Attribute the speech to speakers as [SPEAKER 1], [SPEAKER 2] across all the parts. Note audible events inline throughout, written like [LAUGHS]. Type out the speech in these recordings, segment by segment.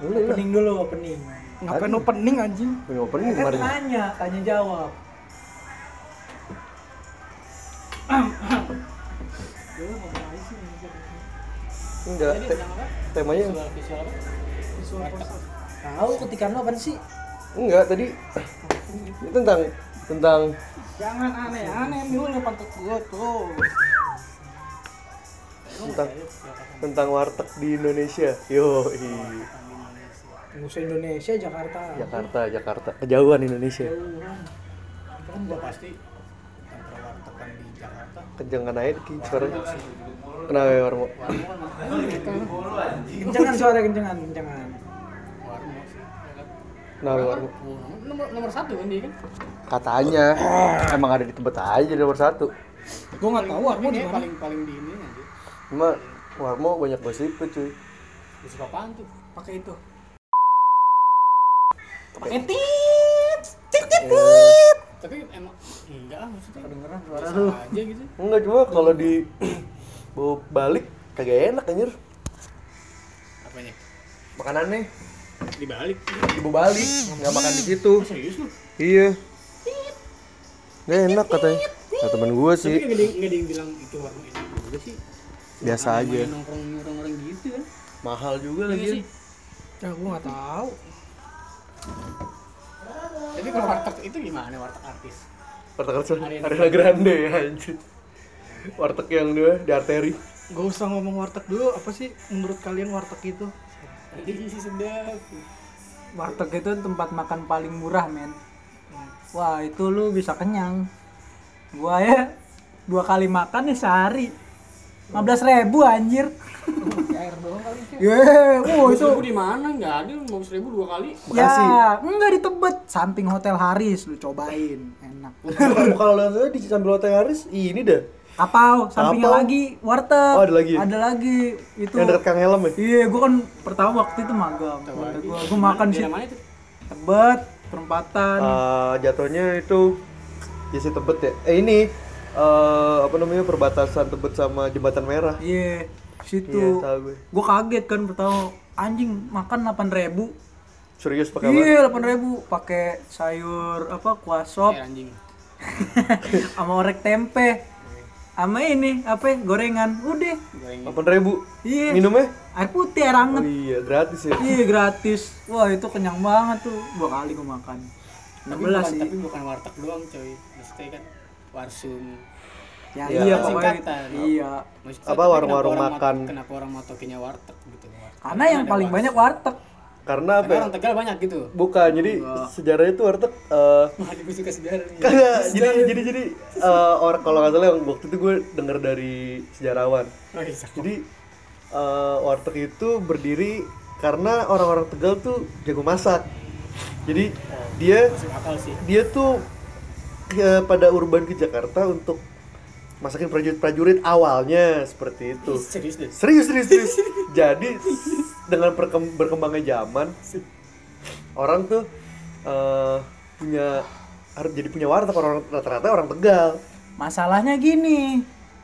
[SPEAKER 1] Lu, lu.
[SPEAKER 2] opening dulu opening
[SPEAKER 3] Ngapain opening anjing?
[SPEAKER 1] Udah opening
[SPEAKER 2] Ya kan
[SPEAKER 1] kemarin.
[SPEAKER 2] tanya tanya jawab Dulu ngomong aja sih, ini siapa sih?
[SPEAKER 1] Enggak.
[SPEAKER 2] Jadi
[SPEAKER 1] te-
[SPEAKER 2] tentang apa?
[SPEAKER 1] temanya
[SPEAKER 4] visual apa?
[SPEAKER 2] Visual process. Tahu ketikan lo apa sih?
[SPEAKER 1] enggak tadi ini tentang tentang
[SPEAKER 3] Jangan aneh-aneh mulu pantat gua tuh.
[SPEAKER 1] tentang tentang warteg di Indonesia. Yo,
[SPEAKER 2] Nggak usah Indonesia, Jakarta.
[SPEAKER 1] Jakarta, Jakarta. Kejauhan Indonesia.
[SPEAKER 4] Itu kan gua pasti yang perwartekan di Jakarta.
[SPEAKER 1] Kejangan aja Ki, suaranya. Kenapa ya, Warmo?
[SPEAKER 2] Kencengan suara kencengan, kencengan.
[SPEAKER 4] Warmo sih. ya kan?
[SPEAKER 1] Kenapa Warmo?
[SPEAKER 4] Nomor- Nomor, nomor satu kan dia kan?
[SPEAKER 1] Katanya emang ada di tempat aja nomor satu.
[SPEAKER 3] Gua enggak tahu
[SPEAKER 4] Tapi
[SPEAKER 3] Armo di
[SPEAKER 4] dia
[SPEAKER 3] mana.
[SPEAKER 4] paling paling di ini aja.
[SPEAKER 1] Cuma Warmo banyak gosip cuy.
[SPEAKER 4] Dia suka apaan tuh?
[SPEAKER 3] Pakai itu.
[SPEAKER 4] Pakai ti.
[SPEAKER 1] Eh,
[SPEAKER 4] Tapi emang enggak lah maksudnya.
[SPEAKER 2] Kedengeran suara
[SPEAKER 4] Biasa
[SPEAKER 2] lu.
[SPEAKER 4] aja gitu.
[SPEAKER 1] Enggak cuma kalau di [CLEARS THROAT] bawa balik kagak enak anjir.
[SPEAKER 4] Apanya?
[SPEAKER 1] Makanannya
[SPEAKER 4] Dibalik.
[SPEAKER 1] dibawa balik, nggak makan di situ.
[SPEAKER 4] Serius lu?
[SPEAKER 1] Iya. Gak enak katanya. Nah, temen gue
[SPEAKER 4] Tapi
[SPEAKER 1] sih
[SPEAKER 4] nggak ada yang- nggak ada yang bilang itu warung enak juga sih.
[SPEAKER 1] biasa aja.
[SPEAKER 4] Namanya Nongkrong orang-orang gitu kan.
[SPEAKER 1] Mahal juga
[SPEAKER 4] Iya sih.
[SPEAKER 1] lagi.
[SPEAKER 3] Ya gua enggak tahu.
[SPEAKER 4] Tapi kalau warteg itu gimana warteg artis?
[SPEAKER 1] Warteg
[SPEAKER 4] Ariana-
[SPEAKER 1] Ariana Grande ya anjir. Warteg yang dua di arteri.
[SPEAKER 3] Gak usah ngomong warteg dulu, apa sih menurut kalian warteg itu?
[SPEAKER 4] Ih, sedap.
[SPEAKER 5] Warteg itu tempat makan paling murah, men. Wah, itu lu bisa kenyang. Gua ya dua kali makan ya sehari. 15 ribu anjir.
[SPEAKER 3] Air doang kali.
[SPEAKER 5] Ye, oh
[SPEAKER 4] Oh, itu
[SPEAKER 5] itu
[SPEAKER 4] di mana? Nggak ada, mau seribu dua kali.
[SPEAKER 1] Bekasi.
[SPEAKER 5] ya enggak di Tebet, samping Hotel Haris lu cobain, enak.
[SPEAKER 1] Kalau [LAUGHS] lihat saya di sambil hotel Haris, ini dah.
[SPEAKER 5] Kapau, sampingnya
[SPEAKER 1] Kapau.
[SPEAKER 5] lagi warteg.
[SPEAKER 1] Oh, ada lagi ya?
[SPEAKER 5] Ada lagi itu.
[SPEAKER 1] Yang dekat Kang Helm ya.
[SPEAKER 5] Iya, gua kan pertama waktu itu magang.
[SPEAKER 4] Lagi.
[SPEAKER 5] Gua, gua makan
[SPEAKER 4] Di
[SPEAKER 5] sih
[SPEAKER 4] mana itu?
[SPEAKER 5] Tebet, perempatan.
[SPEAKER 1] Eh, jatuhnya itu Jesse Tebet ya. Eh ini eh, apa namanya perbatasan Tebet sama Jembatan Merah.
[SPEAKER 5] Iya,
[SPEAKER 1] Ah. Iya,
[SPEAKER 5] situ.
[SPEAKER 1] tahu gue.
[SPEAKER 5] gue kaget kan pertama anjing makan 8000 ribu
[SPEAKER 1] Serius pakai apa?
[SPEAKER 5] iya 8000 ribu pakai sayur apa kuah sop
[SPEAKER 4] Eh, anjing.
[SPEAKER 5] [LAUGHS] sama orek tempe sama ini apa ya, gorengan udah
[SPEAKER 4] Goreng.
[SPEAKER 1] Delapan ribu.
[SPEAKER 5] iya
[SPEAKER 1] Minumnya?
[SPEAKER 5] air putih air
[SPEAKER 1] Oh
[SPEAKER 5] anget
[SPEAKER 1] iya gratis ya.
[SPEAKER 5] iya gratis wah itu kenyang banget tuh dua kali gue makan
[SPEAKER 4] Tapi
[SPEAKER 5] 16
[SPEAKER 4] bukan,
[SPEAKER 5] sih
[SPEAKER 4] tapi bukan warteg doang, coy. Maksudnya kan warsum.
[SPEAKER 5] ya,
[SPEAKER 1] Iya,
[SPEAKER 5] iya pokoknya gitu.
[SPEAKER 4] singkatan.
[SPEAKER 5] iya
[SPEAKER 1] Apa,
[SPEAKER 4] Maksudnya, tapi kenapa
[SPEAKER 1] warung-warung
[SPEAKER 4] orang
[SPEAKER 1] makan.
[SPEAKER 4] mot- Kenapa orang motokinya warteg gitu? warteg.
[SPEAKER 5] karena yang
[SPEAKER 4] ada
[SPEAKER 5] paling
[SPEAKER 4] warung.
[SPEAKER 5] banyak warteg
[SPEAKER 1] Karena apa?
[SPEAKER 4] Karena
[SPEAKER 1] Ya?
[SPEAKER 4] orang Tegal banyak gitu.
[SPEAKER 1] Bukan. Jadi sejarahnya itu warteg eh,
[SPEAKER 4] Wah, gue suka sejarah nih.
[SPEAKER 1] Kagak, jadi jadi jadi eh, orang kalau nggak salah yang waktu itu gue denger dari sejarawan.
[SPEAKER 4] Oh, iya.
[SPEAKER 1] Jadi eh, warteg itu berdiri karena orang-orang Tegal tuh jago masak. Jadi dia
[SPEAKER 4] Oh, Masuk akal sih.
[SPEAKER 1] dia tuh ya, pada urban ke Jakarta untuk masakin prajurit-prajurit awalnya seperti itu.
[SPEAKER 4] Ih, Serius deh.
[SPEAKER 1] Serius serius serius. jadi dengan perkem- berkembangnya zaman orang tuh eh, punya harus jadi punya warteg orang rata-rata orang Tegal.
[SPEAKER 5] masalahnya gini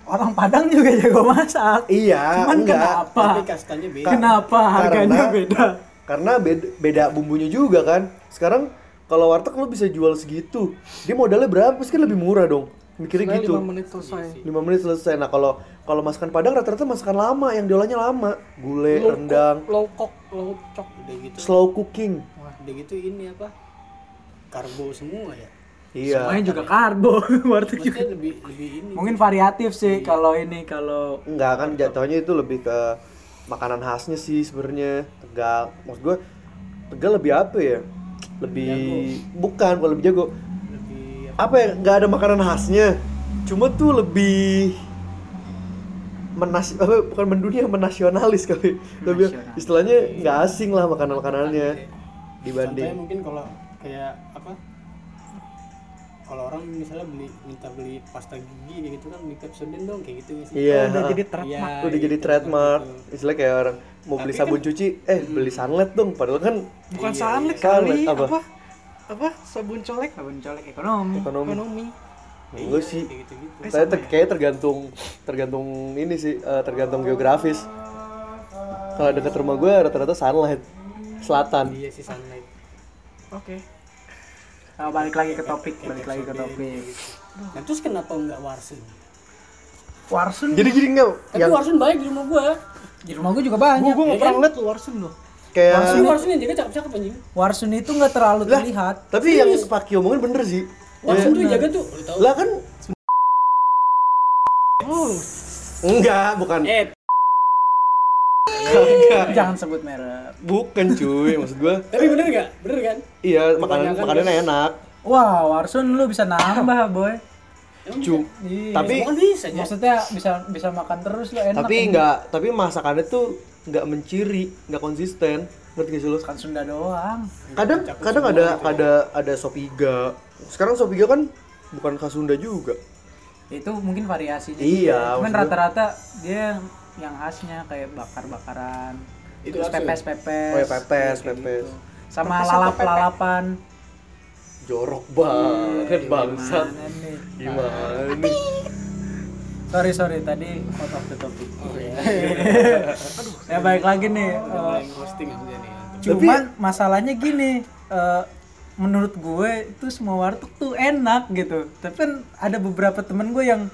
[SPEAKER 5] orang Padang juga jago masak
[SPEAKER 1] Iya,
[SPEAKER 5] cuman
[SPEAKER 1] enggak.
[SPEAKER 5] kenapa
[SPEAKER 4] Tapi kastanya beda.
[SPEAKER 5] kenapa harganya
[SPEAKER 1] Karena-
[SPEAKER 5] beda
[SPEAKER 1] Karena beda, beda bumbunya juga kan. Sekarang kalau warteg lu bisa jual segitu, dia modalnya berapa? Pasti kan lebih murah dong. Mikirnya gitu.
[SPEAKER 3] 5 menit selesai.
[SPEAKER 1] 5 menit selesai. Nah, kalau kalau masakan Padang rata-rata masakan lama yang diolahnya lama. Gulai, rendang,
[SPEAKER 3] Lowkok, low
[SPEAKER 4] Cok, udah gitu.
[SPEAKER 1] slow cooking.
[SPEAKER 4] Udah gitu ini apa? Karbo semua ya.
[SPEAKER 1] Iya.
[SPEAKER 5] Semuanya juga karbo [LAUGHS] warteg juga. Oh.
[SPEAKER 4] Maksudnya lebih lebih ini.
[SPEAKER 5] Mungkin variatif sih kalau ini kalau
[SPEAKER 1] Enggak kan jatuhnya itu lebih ke makanan khasnya sih sebenarnya Tegal. Maksud gue Tegal lebih apa ya? Lebih bukan, bukan lebih jago.
[SPEAKER 4] lebih
[SPEAKER 1] Apa ya? Enggak ada makanan khasnya. Cuma tuh lebih menas apa, bukan mendunia menasionalis kali. Lebih
[SPEAKER 5] Menasionalis.
[SPEAKER 1] istilahnya nggak asing lah makanan-makanannya
[SPEAKER 4] Contohnya
[SPEAKER 1] dibanding
[SPEAKER 4] mungkin kalau kayak apa? Kalau orang misalnya beli minta beli pasta gigi kayak gitu kan beli kapsudin dong kayak gitu ya sih.
[SPEAKER 1] Iya,
[SPEAKER 3] udah
[SPEAKER 1] ha.
[SPEAKER 3] jadi trademark.
[SPEAKER 4] Iya,
[SPEAKER 1] udah jadi
[SPEAKER 4] gitu,
[SPEAKER 1] trademark.
[SPEAKER 4] gitu.
[SPEAKER 1] Istilahnya kayak orang mau beli
[SPEAKER 4] Tapi
[SPEAKER 1] sabun cuci, eh beli sunlight dong. Padahal kan
[SPEAKER 3] Bukan
[SPEAKER 4] Iya,
[SPEAKER 3] sanlet
[SPEAKER 1] iya.
[SPEAKER 3] kali,
[SPEAKER 1] Sanlet apa?
[SPEAKER 3] apa? apa? sabun colek
[SPEAKER 5] sabun colek ekonomi.
[SPEAKER 1] ekonomi.
[SPEAKER 3] ekonomi.
[SPEAKER 1] Gue sih
[SPEAKER 4] Kayak gitu-gitu.
[SPEAKER 3] Eh,
[SPEAKER 1] saya
[SPEAKER 3] sama
[SPEAKER 1] ter kayaknya tergantung tergantung ini sih eh, tergantung geografis kalau dekat rumah gue rata-rata sunlight Selatan.
[SPEAKER 4] Iya sih sunlight.
[SPEAKER 3] Oke.
[SPEAKER 5] Nah, balik lagi ke topik,
[SPEAKER 4] Kayak
[SPEAKER 5] balik lagi ke
[SPEAKER 4] episode
[SPEAKER 5] topik.
[SPEAKER 4] ini gitu. Nah terus kenapa nggak Warsun?
[SPEAKER 3] Warsun.
[SPEAKER 1] Jadi gini enggak
[SPEAKER 4] Tapi
[SPEAKER 1] yang
[SPEAKER 4] Warsun baik di rumah gua.
[SPEAKER 5] Di rumah gue juga banyak.
[SPEAKER 3] Gua gua nggak
[SPEAKER 4] ya
[SPEAKER 3] pernah
[SPEAKER 4] kan?
[SPEAKER 3] ngeliat lo Warsun lo.
[SPEAKER 1] kayak
[SPEAKER 4] Warsun Warsun yang jaga cakep-cakep anjing.
[SPEAKER 5] Warsun itu nggak terlalu
[SPEAKER 1] Lah.
[SPEAKER 5] terlihat.
[SPEAKER 1] tapi yang Pak Ki omongin bener sih.
[SPEAKER 4] Warsun tuh yang jaga tuh. Lu tahu?
[SPEAKER 1] Lah kan enggak bukan
[SPEAKER 4] Eh,
[SPEAKER 1] enggak.
[SPEAKER 5] Jangan sebut merek.
[SPEAKER 1] Bukan cuy, maksud gua
[SPEAKER 4] tapi bener nggak? Bener kan?
[SPEAKER 1] iya makanan
[SPEAKER 4] Kebanyakan
[SPEAKER 1] makanannya enak.
[SPEAKER 5] Wah, Warsun lu bisa nambah, boy.
[SPEAKER 4] Emang
[SPEAKER 1] Cu
[SPEAKER 4] bisa?
[SPEAKER 5] Iya.
[SPEAKER 1] Tapi-
[SPEAKER 4] Emang bisa ya.
[SPEAKER 5] maksudnya bisa bisa makan terus lo enak.
[SPEAKER 1] tapi enggak tapi masakannya tuh enggak menciri, enggak konsisten. Ngerti gak sih lo?
[SPEAKER 5] Makan Sunda doang.
[SPEAKER 1] Kadang kadang ada ada ada sop iga. Sekarang sop iga kan bukan khas Sunda juga.
[SPEAKER 5] Itu mungkin variasinya.
[SPEAKER 1] Iya,
[SPEAKER 5] Cuman
[SPEAKER 1] maksud gua-
[SPEAKER 5] rata-rata dia yang khasnya kayak bakar-bakaran.
[SPEAKER 4] Itu
[SPEAKER 5] terus
[SPEAKER 4] Warsun.
[SPEAKER 5] pepes-pepes.
[SPEAKER 1] Oh ya, pepes,
[SPEAKER 5] Iya, kayak
[SPEAKER 1] pepes.
[SPEAKER 5] gitu. Sama lalap-lalapan.
[SPEAKER 1] Jorok banget
[SPEAKER 5] Iya,
[SPEAKER 1] bangsa.
[SPEAKER 5] gimana nih?
[SPEAKER 1] Gimana nih?
[SPEAKER 5] Sorry sorry tadi out of the topic.
[SPEAKER 1] Oh, iya.
[SPEAKER 5] [LAUGHS] ya baik lagi nih. eh,
[SPEAKER 4] Yang hosting aja nih.
[SPEAKER 5] cuman masalahnya gini, eh, menurut gue itu semua warteg tuh enak gitu. Tapi kan ada beberapa temen gue yang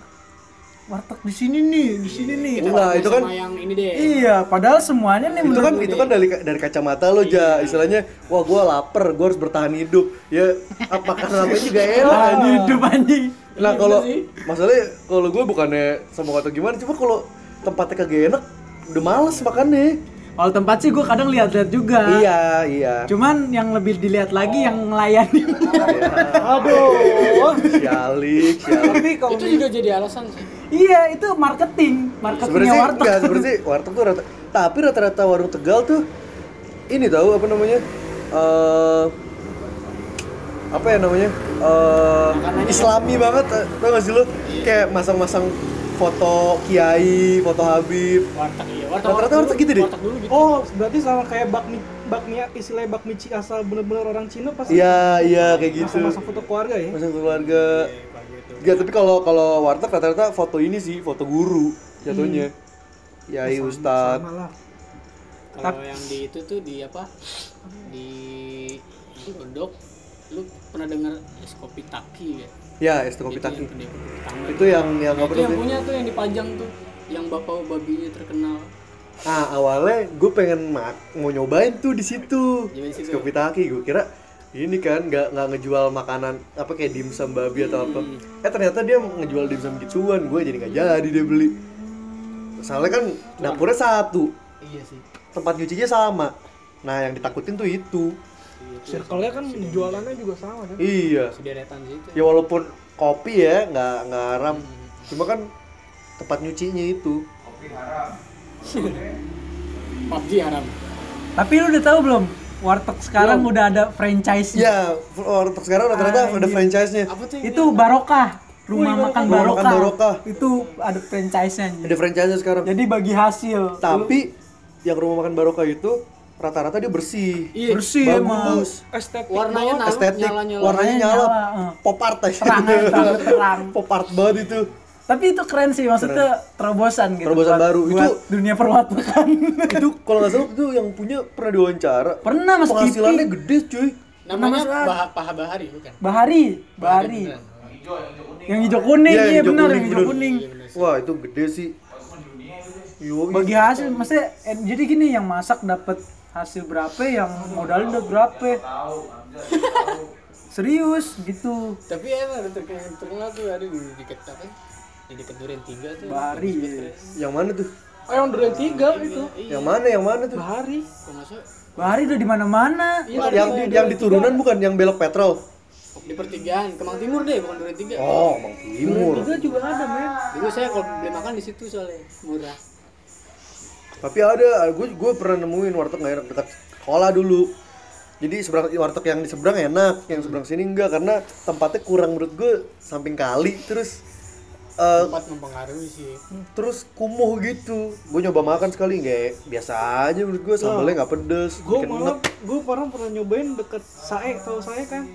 [SPEAKER 5] warteg di sini nih, di sini nih.
[SPEAKER 1] Enggak, itu kan
[SPEAKER 4] Sama yang ini deh.
[SPEAKER 5] Iya, padahal semuanya nih
[SPEAKER 1] itu
[SPEAKER 5] menurut
[SPEAKER 1] kan itu kan dari dari kacamata lo ja istilahnya wah gue lapar gue harus bertahan hidup ya apa karena apa juga enak
[SPEAKER 5] Ah,
[SPEAKER 1] anjing.
[SPEAKER 5] hidup anjing.
[SPEAKER 1] nah kalau
[SPEAKER 4] Iya sih.
[SPEAKER 1] masalahnya kalau gue bukannya sama atau gimana cuma kalau tempatnya kagak enak udah males makannya
[SPEAKER 5] Kalau tempat sih gue kadang lihat-lihat juga.
[SPEAKER 1] iya Oh. iya
[SPEAKER 5] Cuman yang lebih dilihat lagi yang melayani.
[SPEAKER 1] Iya. aduh sialik sialik
[SPEAKER 5] Tapi kalau
[SPEAKER 4] Itu juga jadi alasan sih.
[SPEAKER 5] iya itu marketing, marketingnya
[SPEAKER 1] sebenarnya sih
[SPEAKER 5] warteg.
[SPEAKER 1] enggak sebenarnya sih warteg tuh rata tapi rata-rata warung tegal tuh ini tahu apa namanya eh apa ya namanya eh islami banget eh, tau gak sih lo kayak masang-masang foto kiai foto habib
[SPEAKER 4] Warteg iya. Warteg
[SPEAKER 1] rata-rata warteg gitu deh
[SPEAKER 4] Warteg dulu gitu.
[SPEAKER 3] Oh, berarti sama kayak bakmi bakmi istilah bakmi ci asal bener-bener orang Cina pasti
[SPEAKER 1] iya iya kayak gitu
[SPEAKER 3] masa-masa foto keluarga ya.
[SPEAKER 1] masang keluarga Gak, tapi kalau kalau warteg rata-rata foto ini sih foto guru jatuhnya
[SPEAKER 4] Hmm.
[SPEAKER 1] kiai ustadz
[SPEAKER 3] Malah
[SPEAKER 4] Kalau yang di itu tuh di apa? Di Godok lu pernah dengar es kopi taki ya?
[SPEAKER 1] ya es teh kopi
[SPEAKER 4] Itu yang
[SPEAKER 1] taki
[SPEAKER 4] kedai kopi pertama.
[SPEAKER 1] itu yang yang
[SPEAKER 4] Nah,
[SPEAKER 1] apa
[SPEAKER 4] itu yang
[SPEAKER 1] namanya
[SPEAKER 4] punya tuh yang dipajang tuh yang bapak babinya terkenal
[SPEAKER 1] Nah, awalnya gue pengen mak mau nyobain tuh di situ.
[SPEAKER 4] Nyobain di situ.
[SPEAKER 1] Kopi taki gue kira ini kan nggak nggak ngejual makanan apa kayak dimsum babi atau apa. Eh ternyata dia ngejual dimsum gituan, gue jadi nggak jadi dia beli. Soalnya kan dapurnya satu,
[SPEAKER 4] iya sih
[SPEAKER 1] tempat nyucinya sama. Nah, yang ditakutin tuh itu.
[SPEAKER 3] circle-nya kan jualannya juga sama kan.
[SPEAKER 1] Iya.
[SPEAKER 4] sederetan sih itu
[SPEAKER 1] Ya walaupun kopi ya nggak nggak haram, cuma kan tempat nyucinya itu.
[SPEAKER 4] PUBG haram
[SPEAKER 5] Tapi lu udah tahu belum? Warteg sekarang udah ada franchise-nya.
[SPEAKER 1] Ya, untuk sekarang rata-rata ada franchise-nya.
[SPEAKER 4] apa tuh yang-
[SPEAKER 5] Itu Barokah, rumah makan
[SPEAKER 1] Iya. Rumah makan
[SPEAKER 5] Barokah.
[SPEAKER 1] Barokah.
[SPEAKER 5] Itu ada franchise-nya. anjing.
[SPEAKER 1] Ada franchise sekarang.
[SPEAKER 5] Jadi bagi hasil.
[SPEAKER 1] tapi yang rumah makan barokah itu rata-rata dia bersih
[SPEAKER 4] Iya.
[SPEAKER 5] bersih emang.
[SPEAKER 1] bagus
[SPEAKER 3] Estetik
[SPEAKER 4] warnanya
[SPEAKER 3] banget.
[SPEAKER 4] naruh,
[SPEAKER 1] estetik
[SPEAKER 4] nyala-nyala.
[SPEAKER 1] warnanya nyala,
[SPEAKER 5] Nyala, eh.
[SPEAKER 1] pop art aja
[SPEAKER 5] Terang, terang, terang.
[SPEAKER 1] [LAUGHS] pop art banget itu
[SPEAKER 5] Tapi itu keren sih, maksudnya terobosan gitu.
[SPEAKER 1] Terobosan
[SPEAKER 5] buat-
[SPEAKER 1] baru.
[SPEAKER 5] buat
[SPEAKER 1] Itu-
[SPEAKER 5] dunia perwatakan. [LAUGHS]
[SPEAKER 1] itu kalau nggak salah itu yang punya pernah diwawancara
[SPEAKER 5] Pernah, Mas Iya,
[SPEAKER 1] penghasilannya gede cuy
[SPEAKER 5] Namanya
[SPEAKER 4] namanya
[SPEAKER 5] apa?
[SPEAKER 4] bah paha bahari bukan
[SPEAKER 5] Bahari, Bahari.
[SPEAKER 4] Beneran.
[SPEAKER 5] Yang Iya, hijau kuning,
[SPEAKER 1] Iya,
[SPEAKER 5] iya
[SPEAKER 1] yang
[SPEAKER 5] benar,
[SPEAKER 1] hijau kuning,
[SPEAKER 5] yang hijau
[SPEAKER 1] bener.
[SPEAKER 5] kuning.
[SPEAKER 1] wah itu gede sih Yoi.
[SPEAKER 5] Bagi hasil, maksudnya eh, jadi gini yang masak dapat hasil berapa, yang modalnya udah berapa. [LAUGHS] Serius gitu.
[SPEAKER 4] tapi emang ada terkenal terkenal tuh ada di dekat apa ya? di dekat duren tiga tuh
[SPEAKER 5] Bahari. iya.
[SPEAKER 1] yang mana tuh
[SPEAKER 3] Oh, yang durian tiga itu.
[SPEAKER 4] iya
[SPEAKER 1] yang mana yang mana tuh
[SPEAKER 3] Bahari.
[SPEAKER 4] kok masuk
[SPEAKER 5] Bahari udah di mana-mana.
[SPEAKER 1] yang yang di turunan bukan yang belok petrol
[SPEAKER 4] di pertigaan kemang timur deh bukan duren tiga
[SPEAKER 1] oh mang timur
[SPEAKER 3] Tiga juga ada, men.
[SPEAKER 4] dulu saya kalau beli makan di situ soalnya murah
[SPEAKER 1] Tapi ada, gue gue pernah nemuin warteg nggak enak dekat sekolah dulu. Jadi seberang warteg yang di seberang enak, yang seberang sini enggak karena tempatnya kurang menurut gue samping kali terus eh,
[SPEAKER 4] tempat mempengaruhi sih
[SPEAKER 1] terus kumuh gitu. Gue nyoba makan sekali nggak biasa aja menurut gue sambalnya nggak pedes,
[SPEAKER 3] Gue
[SPEAKER 1] bikin
[SPEAKER 3] malah
[SPEAKER 1] enek.
[SPEAKER 3] gue pernah pernah nyobain deket Sae, tahu Sae kan?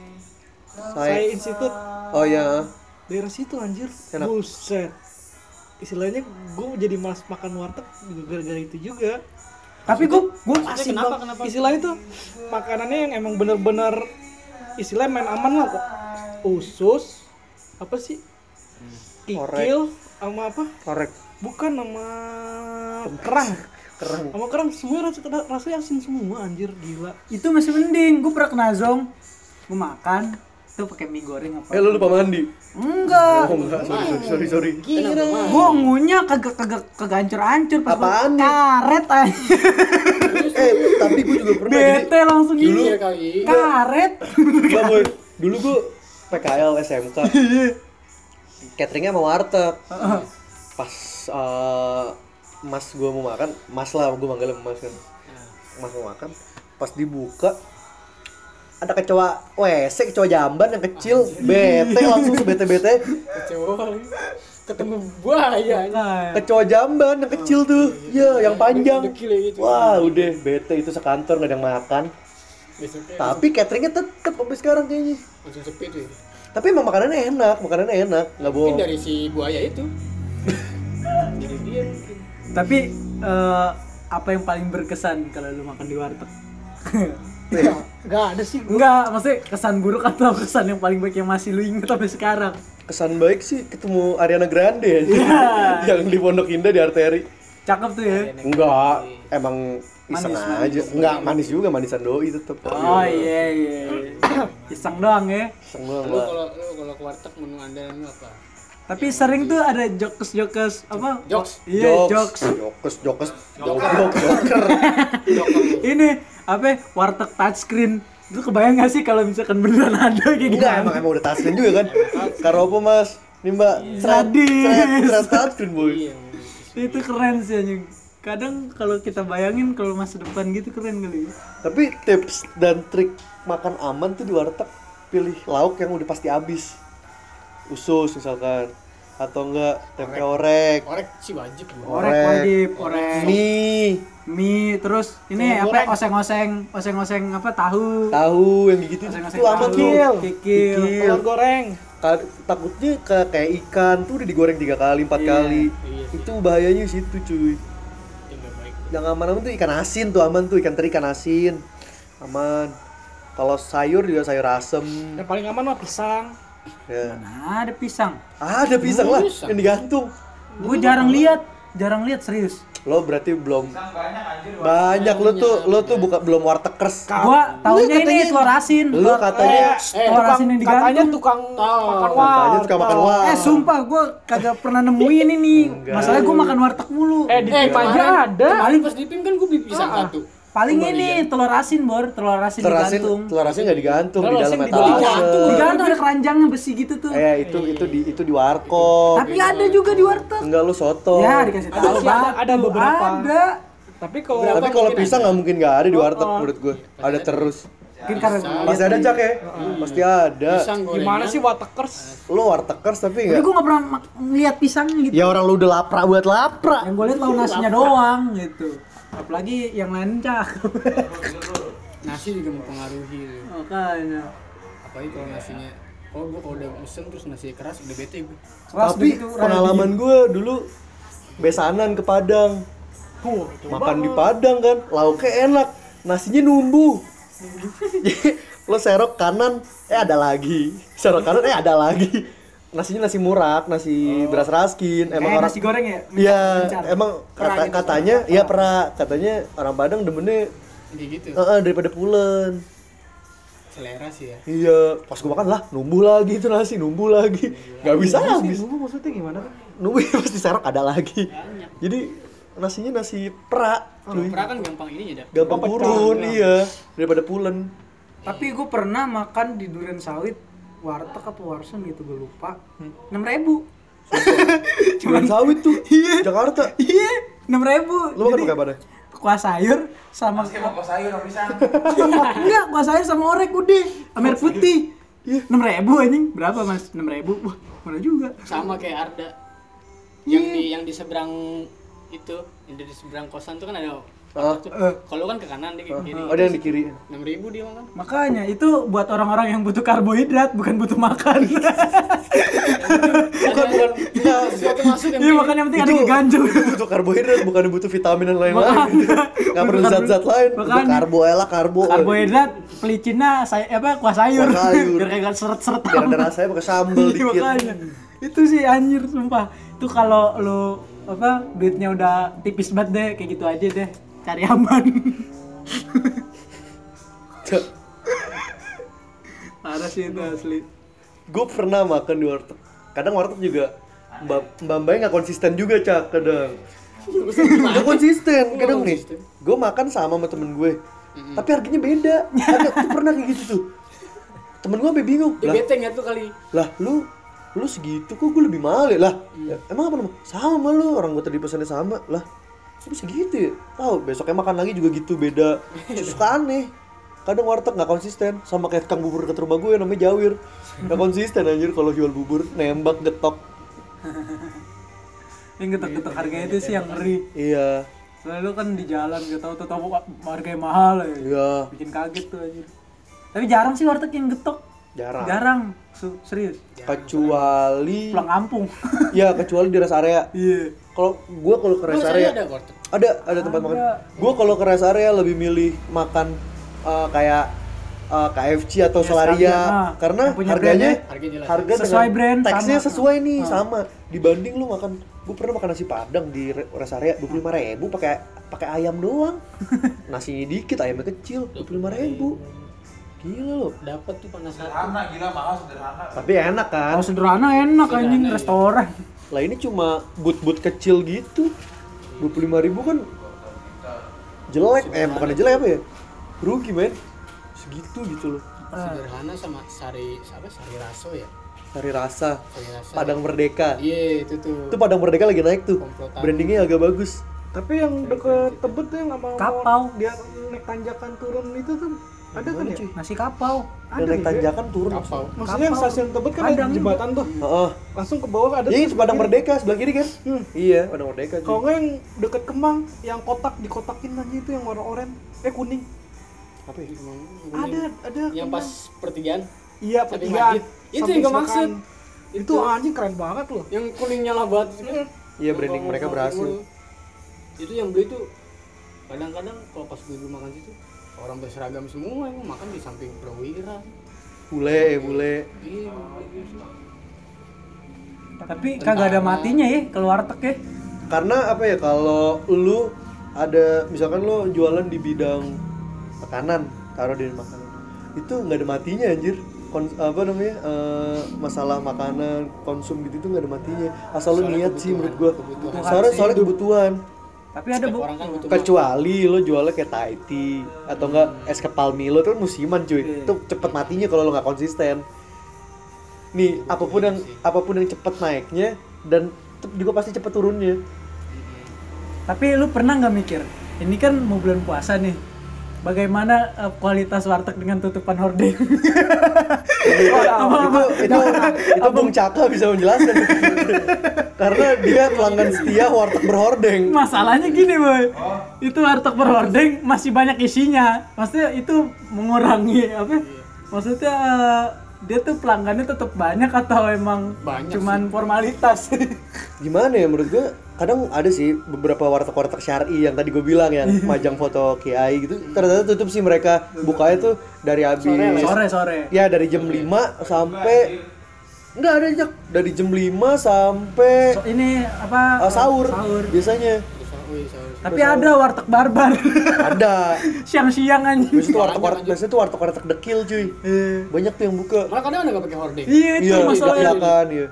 [SPEAKER 3] Sae
[SPEAKER 1] Saya
[SPEAKER 3] Institute
[SPEAKER 1] oh ya
[SPEAKER 3] daerah situ anjir.
[SPEAKER 1] Enak.
[SPEAKER 3] Buset. Istilahnya gue jadi malas makan warteg juga gara-gara itu juga.
[SPEAKER 2] Tapi gue gue
[SPEAKER 4] Maksudnya
[SPEAKER 2] masih
[SPEAKER 4] kenapa kenapa?
[SPEAKER 3] istilahnya tuh makanannya yang emang bener-bener istilahnya main aman lah kok usus apa sih kikil sama apa
[SPEAKER 1] korek
[SPEAKER 3] bukan sama kerang
[SPEAKER 1] kerang
[SPEAKER 3] sama kerang semua rasa rasanya asin semua anjir gila
[SPEAKER 5] Itu masih mending. Gue pernah kena zong. Gue makan tuh pakai mie goreng apa?
[SPEAKER 1] eh lu lupa mandi
[SPEAKER 5] Enggak.
[SPEAKER 1] oh enggak sorry sorry sorry, sorry.
[SPEAKER 5] Gue ngunyah kagak kagak kagak hancur hancur pas gua-
[SPEAKER 1] Apaan?
[SPEAKER 5] karet aja.
[SPEAKER 1] eh tapi gue juga pernah jadi
[SPEAKER 5] Bete langsung
[SPEAKER 4] Dulu
[SPEAKER 5] gini.
[SPEAKER 4] kali.
[SPEAKER 5] Karet. [LAUGHS]
[SPEAKER 1] Enggak boy, Iya. dulu gue PKL [LAUGHS] SMK Cateringnya mau warteg Pas eh, mas gue mau makan, mas lah gue manggilnya mas kan Mas mau makan, pas dibuka ada kecoa WC, kecoa jamban yang kecil, bete langsung [LAUGHS] sebete-bete
[SPEAKER 4] Kecewa. Ketemu buaya.
[SPEAKER 5] Nah,
[SPEAKER 1] Kecoa jamban yang kecil tuh, ya yang panjang
[SPEAKER 4] Dekil ya gitu.
[SPEAKER 1] Wah udah bete itu sekantor gak ada yang makan
[SPEAKER 4] Besoknya
[SPEAKER 1] Tapi cateringnya tetep sampai sekarang kayaknya
[SPEAKER 4] langsung sepi tuh. ya.
[SPEAKER 1] Tapi emang makanannya enak, makanannya enak, nggak
[SPEAKER 4] Mungkin
[SPEAKER 1] bohong
[SPEAKER 4] dari si buaya [LAUGHS] itu. Jadi dia mungkin.
[SPEAKER 5] tapi eh, apa yang paling berkesan kalau lu makan di warteg?
[SPEAKER 3] nggak ada sih
[SPEAKER 5] Enggak, maksudnya kesan buruk atau kesan yang paling baik yang masih lu inget sampai sekarang?
[SPEAKER 1] kesan baik sih ketemu Ariana Grande aja.
[SPEAKER 5] Iya.
[SPEAKER 1] [LAUGHS] yang di Pondok Indah di arteri
[SPEAKER 5] Cakep tuh ya.
[SPEAKER 1] iya. enggak emang iseng
[SPEAKER 5] Manis,
[SPEAKER 1] aja enggak manis juga manisan doi tetep
[SPEAKER 5] Oh iya iya. iya. Iseng doang ya.
[SPEAKER 1] iseng doang
[SPEAKER 4] Lu
[SPEAKER 1] lah
[SPEAKER 4] kalau lu kalau ke warteg menu andalan lu apa?
[SPEAKER 5] Tapi sering tuh ada jokes-jokes apa?
[SPEAKER 4] Jokes.
[SPEAKER 5] Iya, jokes.
[SPEAKER 1] jokes jokes jokes
[SPEAKER 5] [LAUGHS]
[SPEAKER 1] joker
[SPEAKER 4] Joker lu.
[SPEAKER 5] Ini apa? ya, Warteg touchscreen. Lu kebayang gak sih kalau misalkan beneran ada kayak gitu?
[SPEAKER 1] enggak emang emang udah taskin juga kan karopo mas nih mbak
[SPEAKER 5] Iya. Sadis.
[SPEAKER 1] taskin boy
[SPEAKER 4] Iya.
[SPEAKER 5] Itu keren sih anjing. Kadang kalau kita bayangin kalau masa depan gitu keren kali. ya.
[SPEAKER 1] tapi tips dan trik makan aman tuh di warteg pilih lauk yang udah pasti habis usus misalkan atau enggak tempe orek
[SPEAKER 4] Korek si wajib gua.
[SPEAKER 5] Orek
[SPEAKER 1] Orek.
[SPEAKER 5] wajib, orek.
[SPEAKER 1] mie
[SPEAKER 5] Mie terus ini
[SPEAKER 4] Telur
[SPEAKER 5] apa
[SPEAKER 4] goreng.
[SPEAKER 5] oseng-oseng, oseng-oseng apa tahu.
[SPEAKER 1] tahu yang gitu itu
[SPEAKER 5] Oseng-oseng
[SPEAKER 1] lama
[SPEAKER 5] tahu,
[SPEAKER 1] tuh
[SPEAKER 5] Kikil.
[SPEAKER 4] iya.
[SPEAKER 1] Kikil.
[SPEAKER 3] telur goreng
[SPEAKER 1] Ka- takutnya ke- kayak ikan tuh udah digoreng tiga kali empat kali
[SPEAKER 4] Iya sih.
[SPEAKER 1] itu bahayanya di situ cuy
[SPEAKER 4] Itu nggak baik.
[SPEAKER 1] yang aman aman tuh ikan asin tuh aman tuh ikan teri ikan asin aman kalau sayur juga sayur asem
[SPEAKER 3] yang paling aman mah pisang
[SPEAKER 1] ya.
[SPEAKER 5] Nah, ada pisang.
[SPEAKER 1] ada pisang lah yang
[SPEAKER 4] Pisang.
[SPEAKER 1] digantung
[SPEAKER 5] Gue jarang lihat, jarang lihat serius.
[SPEAKER 1] lo berarti belum banyak lo tuh lo tuh buka belum wartegers
[SPEAKER 5] Gua
[SPEAKER 1] Lu
[SPEAKER 5] taunya
[SPEAKER 1] katanya-
[SPEAKER 5] ini telur asin.
[SPEAKER 1] lo
[SPEAKER 3] eh,
[SPEAKER 1] katanya
[SPEAKER 4] eh,
[SPEAKER 5] telur asin
[SPEAKER 3] tukang,
[SPEAKER 5] yang
[SPEAKER 3] katanya
[SPEAKER 5] digantung.
[SPEAKER 3] tukang makan
[SPEAKER 1] katanya suka makan
[SPEAKER 3] warteg.
[SPEAKER 1] wah
[SPEAKER 5] Eh sumpah gue kagak pernah nemuin ini
[SPEAKER 1] Enggak.
[SPEAKER 5] Masalahnya gue makan warteg mulu Ah,
[SPEAKER 3] eh di tim aja
[SPEAKER 4] kemarin-
[SPEAKER 3] ada
[SPEAKER 4] Kemarin pas di PIM kan gue beli pisang satu.
[SPEAKER 5] Paling ini telur asin bor Telur asin
[SPEAKER 1] telur asin
[SPEAKER 5] digantung
[SPEAKER 1] telur asin nggak digantung di
[SPEAKER 3] Telur
[SPEAKER 1] dalam
[SPEAKER 3] asin
[SPEAKER 1] etalase
[SPEAKER 3] digantung.
[SPEAKER 5] Digantung ada keranjangnya besi gitu tuh
[SPEAKER 1] eh oh, gitu. itu itu di itu di warkop
[SPEAKER 5] Tapi ada juga di warteg
[SPEAKER 1] Enggak lu soto.
[SPEAKER 5] Ya dikasih
[SPEAKER 3] Ada
[SPEAKER 5] tahu
[SPEAKER 3] sih, ada-
[SPEAKER 5] Batu,
[SPEAKER 3] ada beberapa.
[SPEAKER 5] Ada
[SPEAKER 3] tapi kalau
[SPEAKER 1] Tapi kalau pisang nggak mungkin nggak ada di warteg menurut gue. Ada terus.
[SPEAKER 5] Mungkin karena gue
[SPEAKER 1] Pasti Oh, ada cak ya. Pasti ada.
[SPEAKER 4] Pisang goreng.
[SPEAKER 3] gimana sih watekers
[SPEAKER 1] Lu wartegers tapi
[SPEAKER 5] Tapi
[SPEAKER 1] nggak.
[SPEAKER 5] gue gak pernah mak- ngeliat pisang gitu
[SPEAKER 1] Ya orang lu udah lapra buat lapra.
[SPEAKER 5] Yang gue liat
[SPEAKER 3] Iya,
[SPEAKER 5] tahu nasinya doang gitu Apalagi yang lain
[SPEAKER 1] [LAUGHS]
[SPEAKER 5] cakep
[SPEAKER 4] Nasi juga mempengaruhi.
[SPEAKER 5] Makanya
[SPEAKER 4] Apalagi kalau nasinya Oh, gua kalau udah mesen terus nasi keras udah bete gue.
[SPEAKER 5] Keras
[SPEAKER 1] Tapi
[SPEAKER 5] begitu, Ray.
[SPEAKER 1] pengalaman gue dulu besanan ke Padang. Makan di Padang kan, lauknya enak, nasinya
[SPEAKER 5] [LAUGHS]
[SPEAKER 1] numbu. Jadi, lu serok kanan, eh ada lagi. Serok kanan, eh ada lagi. Nasinya nasi murak, nasi beras raskin. Emang
[SPEAKER 5] Oh. Kayak
[SPEAKER 1] orang
[SPEAKER 5] nasi goreng ya? Mencar-
[SPEAKER 1] Iya,
[SPEAKER 5] mencar.
[SPEAKER 1] emang
[SPEAKER 5] Pera
[SPEAKER 1] kata,
[SPEAKER 5] gitu.
[SPEAKER 1] katanya, iya pernah katanya orang Padang demennya
[SPEAKER 4] Jadi gitu.
[SPEAKER 1] eh, eh, daripada pulen.
[SPEAKER 4] Selera sih ya.
[SPEAKER 1] Iya, pas gua makan lah, numbu lagi itu nasi, numbu lagi.
[SPEAKER 5] Iya.
[SPEAKER 1] Gak bisa habis.
[SPEAKER 3] Lu maksudnya gimana tuh?
[SPEAKER 1] Numbu [LAUGHS] pasti serok ada lagi. Jadi nasinya nasi pera, cuy.
[SPEAKER 4] Pernah kan gampang ini ya, Dap?
[SPEAKER 1] Gampang turun, iya, daripada pulen.
[SPEAKER 5] Tapi gue pernah makan di Duren Sawit warteg apa warson gitu gue lupa
[SPEAKER 1] Hmm.
[SPEAKER 5] enam ribu
[SPEAKER 1] Cuman sawit tuh, Jakarta.
[SPEAKER 5] iya enam ribu
[SPEAKER 1] Lu makan pakai apa deh?
[SPEAKER 5] kuah sayur sama kuah [LAUGHS] sayur sama pisang enggak kuah sayur sama orek udah sama air putih
[SPEAKER 1] Iya.
[SPEAKER 5] enam ribu anjing berapa mas enam ribu wah murah juga
[SPEAKER 4] Sama kayak Arda. Yang di yang di seberang itu, yang di seberang kosan tuh kan ada
[SPEAKER 1] Ah,
[SPEAKER 4] tuh. Kalau lu kan ke kanan dia ke kiri.
[SPEAKER 1] Ada yang di kiri.
[SPEAKER 4] Enam ribu dia makan.
[SPEAKER 5] Makanya itu buat orang-orang yang butuh karbohidrat bukan butuh makan.
[SPEAKER 1] Iya.
[SPEAKER 4] Bukan
[SPEAKER 1] [LAUGHS]
[SPEAKER 4] bukan. Sesuatu kan masuk yang
[SPEAKER 5] [LAUGHS] Iya makan yang penting ada
[SPEAKER 1] Itu- [LAUGHS]
[SPEAKER 5] keganjel.
[SPEAKER 1] Itu butuh karbohidrat bukan butuh vitamin dan lain-lain.
[SPEAKER 5] Makanya.
[SPEAKER 1] Gak perlu
[SPEAKER 5] Bukan-
[SPEAKER 1] zat-zat lain. Butuh
[SPEAKER 5] makanya.
[SPEAKER 1] karbo ya lah karbo.
[SPEAKER 5] Karbohidrat pelicinnya saya apa kuah sayur.
[SPEAKER 1] Kuah sayur.
[SPEAKER 5] [LAUGHS] Biar kayak seret-seret.
[SPEAKER 1] Biar ada rasanya pakai sambel
[SPEAKER 5] [LAUGHS] Iya,
[SPEAKER 1] dikit.
[SPEAKER 5] makanya. Itu sih anjir sumpah. Itu kalau lu apa duitnya udah tipis banget deh kayak gitu aja deh. Cari aman. Parah sih itu asli.
[SPEAKER 1] Gue pernah makan di warteg. Kadang warteg juga Mbak Mbak Mbaknya nggak konsisten juga cak kadang. Gak konsisten kadang nih. Gue makan sama sama temen gue. Tapi harganya beda. Ada tuh pernah kayak gitu tuh. Temen gue sampai bingung. Lah,
[SPEAKER 4] Dia bete nggak ya tuh kali.
[SPEAKER 1] lah lu lu segitu kok gue lebih mahal ya lah ya, emang apa nama sama sama lu orang gue tadi pesannya sama lah tapi segitu ya tahu besoknya makan lagi juga gitu beda Terus suka aneh kadang warteg nggak konsisten sama kayak tukang bubur dekat rumah gue yang namanya Jawir nggak konsisten anjir kalau jual bubur nembak getok
[SPEAKER 5] Yang getok-getok harganya itu sih yang ngeri.
[SPEAKER 1] iya
[SPEAKER 5] Soalnya lu kan di jalan gak tahu tuh tahu harganya mahal ya.
[SPEAKER 1] iya
[SPEAKER 5] Bikin kaget tuh anjir. Tapi jarang sih warteg yang getok.
[SPEAKER 1] jarang
[SPEAKER 5] Jarang. Su- serius.
[SPEAKER 1] kecuali
[SPEAKER 5] Pulang kampung. [LAUGHS]
[SPEAKER 1] ya kecuali di rest area
[SPEAKER 5] Iya.
[SPEAKER 1] kalau gue kalau ke
[SPEAKER 4] Lu
[SPEAKER 1] rest
[SPEAKER 4] saya
[SPEAKER 1] area
[SPEAKER 4] ada warteg.
[SPEAKER 1] ada ada tempat makan gue kalau ke rest area lebih milih makan eh, kayak eh, KFC atau
[SPEAKER 4] Iya,
[SPEAKER 1] Selaria
[SPEAKER 5] sekalian, ah.
[SPEAKER 1] karena
[SPEAKER 5] Yang punya
[SPEAKER 1] harganya
[SPEAKER 4] Harga jelas.
[SPEAKER 1] harga
[SPEAKER 5] Sesuai brand,
[SPEAKER 1] teksnya
[SPEAKER 5] sama. Ah.
[SPEAKER 1] sesuai nih sama dibanding lu makan gue pernah makan nasi padang di re- rest area dua puluh ribu pakai pakai ayam
[SPEAKER 5] [LAUGHS]
[SPEAKER 1] doang nasinya dikit ayamnya kecil dua puluh ribu
[SPEAKER 4] Iya,
[SPEAKER 1] gila loh
[SPEAKER 4] Dapat tuh panas satu.
[SPEAKER 1] tapi enak kan
[SPEAKER 5] Kalau sederhana enak
[SPEAKER 4] Sederhana,
[SPEAKER 5] anjing
[SPEAKER 4] iya.
[SPEAKER 5] restoran.
[SPEAKER 1] lah ini cuma but-but kecil gitu 25.000 ribu kan jelek eh bukan jelek apa ya rugi men segitu gitu loh
[SPEAKER 4] Sederhana sama sari apa sari raso ya.
[SPEAKER 1] cari rasa
[SPEAKER 4] Sari raso.
[SPEAKER 1] Padang Merdeka
[SPEAKER 4] Iya itu tuh.
[SPEAKER 1] itu Padang Merdeka lagi naik tuh
[SPEAKER 4] Komplotan.
[SPEAKER 1] brandingnya agak bagus
[SPEAKER 3] Tapi yang deket Tebet tuh yang sama
[SPEAKER 5] Kapau.
[SPEAKER 3] dia naik tanjakan turun itu kan ada kan ya?
[SPEAKER 5] Nasi kapau.
[SPEAKER 1] yang naik tanjakan turun
[SPEAKER 4] Kapau.
[SPEAKER 3] Maksudnya yang
[SPEAKER 5] Kapau.
[SPEAKER 3] stasiun Tebet kan ada
[SPEAKER 5] Padang.
[SPEAKER 3] jembatan tuh.
[SPEAKER 1] Heeh.
[SPEAKER 3] Langsung ke bawah ada
[SPEAKER 1] Iya, itu
[SPEAKER 3] tuh.
[SPEAKER 1] Padang Merdeka sebelah kiri kan? Iya, Padang Merdeka.
[SPEAKER 3] Kalau
[SPEAKER 1] cuy.
[SPEAKER 3] nggak yang deket Kemang, yang kotak dikotakin aja itu yang warna oranye, eh kuning.
[SPEAKER 1] Apa ya?
[SPEAKER 3] Ada, ada.
[SPEAKER 4] Yang
[SPEAKER 3] Kemang.
[SPEAKER 4] pas pertigaan
[SPEAKER 3] Iya,
[SPEAKER 4] samping
[SPEAKER 3] pertigaan.
[SPEAKER 4] masjid. Itu
[SPEAKER 3] Samping
[SPEAKER 4] yang gua
[SPEAKER 3] selokan.
[SPEAKER 4] maksud.
[SPEAKER 3] Itu anjing keren banget loh.
[SPEAKER 4] yang kuningnya lah banget. itu kan.
[SPEAKER 1] Iya, branding
[SPEAKER 4] Kalau
[SPEAKER 1] mereka
[SPEAKER 4] mau
[SPEAKER 1] berhasil.
[SPEAKER 4] bubur, Itu yang beli tuh kadang-kadang kalau pas gue dulu makan situ orang berseragam semua emang makan di samping perwira.
[SPEAKER 1] Bule, ya, bule.
[SPEAKER 4] Iya. gitu.
[SPEAKER 5] Tapi kagak ada matinya ya keluar warteg ya.
[SPEAKER 1] Karena apa ya kalau lu ada misalkan lu jualan di bidang makanan, taruh di makanan. Itu nggak ada matinya anjir. Kon- apa namanya? eh, masalah makanan, konsum gitu tuh nggak ada matinya. Asal lu
[SPEAKER 4] Soalnya
[SPEAKER 1] niat sih
[SPEAKER 4] kebutuhan,
[SPEAKER 1] menurut gua.
[SPEAKER 4] kebutuhan.
[SPEAKER 1] Soalnya soalnya kebutuhan.
[SPEAKER 5] Tapi ada
[SPEAKER 4] Setiap
[SPEAKER 5] bu.
[SPEAKER 4] orang kan butuh
[SPEAKER 1] Kecuali lu jualnya kayak Thai tea atau enggak es kepal Milo itu kan musiman cuy.
[SPEAKER 5] Iya.
[SPEAKER 1] Itu cepet matinya kalau lu nggak konsisten.
[SPEAKER 4] Iya,
[SPEAKER 1] Nih, apapun yang apapun yang cepet naiknya dan te- juga pasti cepet turunnya.
[SPEAKER 5] Tapi lu pernah nggak mikir? Ini kan mau bulan puasa nih. Bagaimana eh, kualitas warteg dengan tutupan hordeng? [LAUGHS] Oh, ya
[SPEAKER 1] itu itu itu Bung Caka bisa menjelaskan karena dia pelanggan setia warteg berhordeng
[SPEAKER 5] Masalahnya gini boy,
[SPEAKER 1] Oh.
[SPEAKER 5] itu warteg berhordeng masih banyak isinya. Maksudnya itu mengurangi apa? Maksudnya eh, dia tuh pelanggannya tetap banyak atau emang
[SPEAKER 4] Banyak
[SPEAKER 5] cuman formalitas? [LAUGHS]
[SPEAKER 1] gimana ya menurut gue kadang ada sih beberapa warteg-warteg syari yang tadi gue bilang yang majang foto kiai gitu ternyata tutup sih mereka bukanya tuh dari habis
[SPEAKER 5] sore sore.
[SPEAKER 1] ya dari jam 5 sampai enggak ada Jak. dari jam 5 sampai
[SPEAKER 5] So, ini apa?
[SPEAKER 1] uh, sahur
[SPEAKER 5] Sahur.
[SPEAKER 1] biasanya
[SPEAKER 5] Tapi ada warteg barbar [LAUGHS]
[SPEAKER 1] ada
[SPEAKER 5] siang-siang anjing.
[SPEAKER 1] biasanya tuh warteg-warteg biasanya tuh warteg-warteg dekil cuy banyak tuh yang buka
[SPEAKER 4] Malah kadang ada nggak pakai hordeng.
[SPEAKER 5] Iya itu
[SPEAKER 1] iya
[SPEAKER 5] masalahnya.
[SPEAKER 1] dak-dakan iya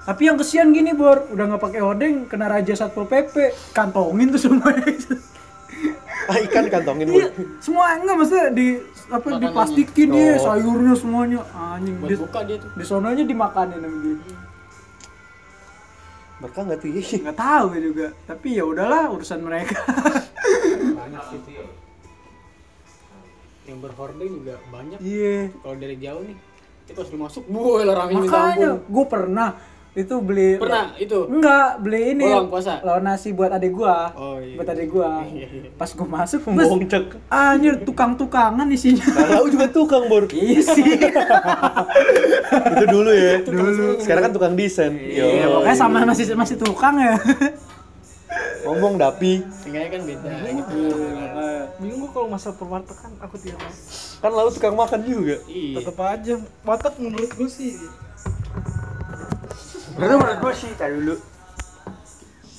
[SPEAKER 5] Tapi yang kesian gini Bor, udah nggak pakai odeng, kena raja satpol pp, kantongin tuh [LAUGHS] semuanya.
[SPEAKER 1] ah ikan kantongin
[SPEAKER 5] iya,
[SPEAKER 1] mulu.
[SPEAKER 5] semua enggak maksudnya di apa diplastikin dia sayurnya semuanya anjing. Di,
[SPEAKER 4] Buat buka dia tuh.
[SPEAKER 5] di sononya dimakanin sama dia.
[SPEAKER 1] mereka nggak tuh ya
[SPEAKER 5] Nggak tahu gue juga, tapi ya udahlah urusan mereka. [LAUGHS]
[SPEAKER 4] Yang berhordeng juga banyak.
[SPEAKER 5] Iya.
[SPEAKER 4] Kalau dari jauh nih, itu pas lu masuk, boy lah rame minta
[SPEAKER 5] Makanya
[SPEAKER 4] ampun.
[SPEAKER 5] gue pernah itu beli
[SPEAKER 4] Pernah itu.
[SPEAKER 5] enggak beli ini
[SPEAKER 4] Bawang puasa?
[SPEAKER 5] lawan nasi buat adik gua
[SPEAKER 4] Oh, iya.
[SPEAKER 5] buat adik gua pas gua masuk bos,
[SPEAKER 1] Bohong cek.
[SPEAKER 5] anjir tukang-tukangan
[SPEAKER 4] [LAUGHS]
[SPEAKER 5] isinya
[SPEAKER 1] Karena aku juga tukang bor.
[SPEAKER 4] Iya
[SPEAKER 5] isi [LAUGHS]
[SPEAKER 1] itu dulu ya. Dulu. Sekarang kan tukang desain.
[SPEAKER 5] Iya,
[SPEAKER 1] Yo.
[SPEAKER 5] pokoknya sama masih masih tukang ya [LAUGHS]
[SPEAKER 1] Ngomong dapi.
[SPEAKER 4] Seenggaknya kan beda gitu.
[SPEAKER 3] bingung gua kalau masalah perwartekan aku tidak mau
[SPEAKER 1] Kan lalu tukang makan juga.
[SPEAKER 4] Iya.
[SPEAKER 3] tetap aja warteg menurut gua sih
[SPEAKER 1] Berarti menurut gue sih tadi dulu.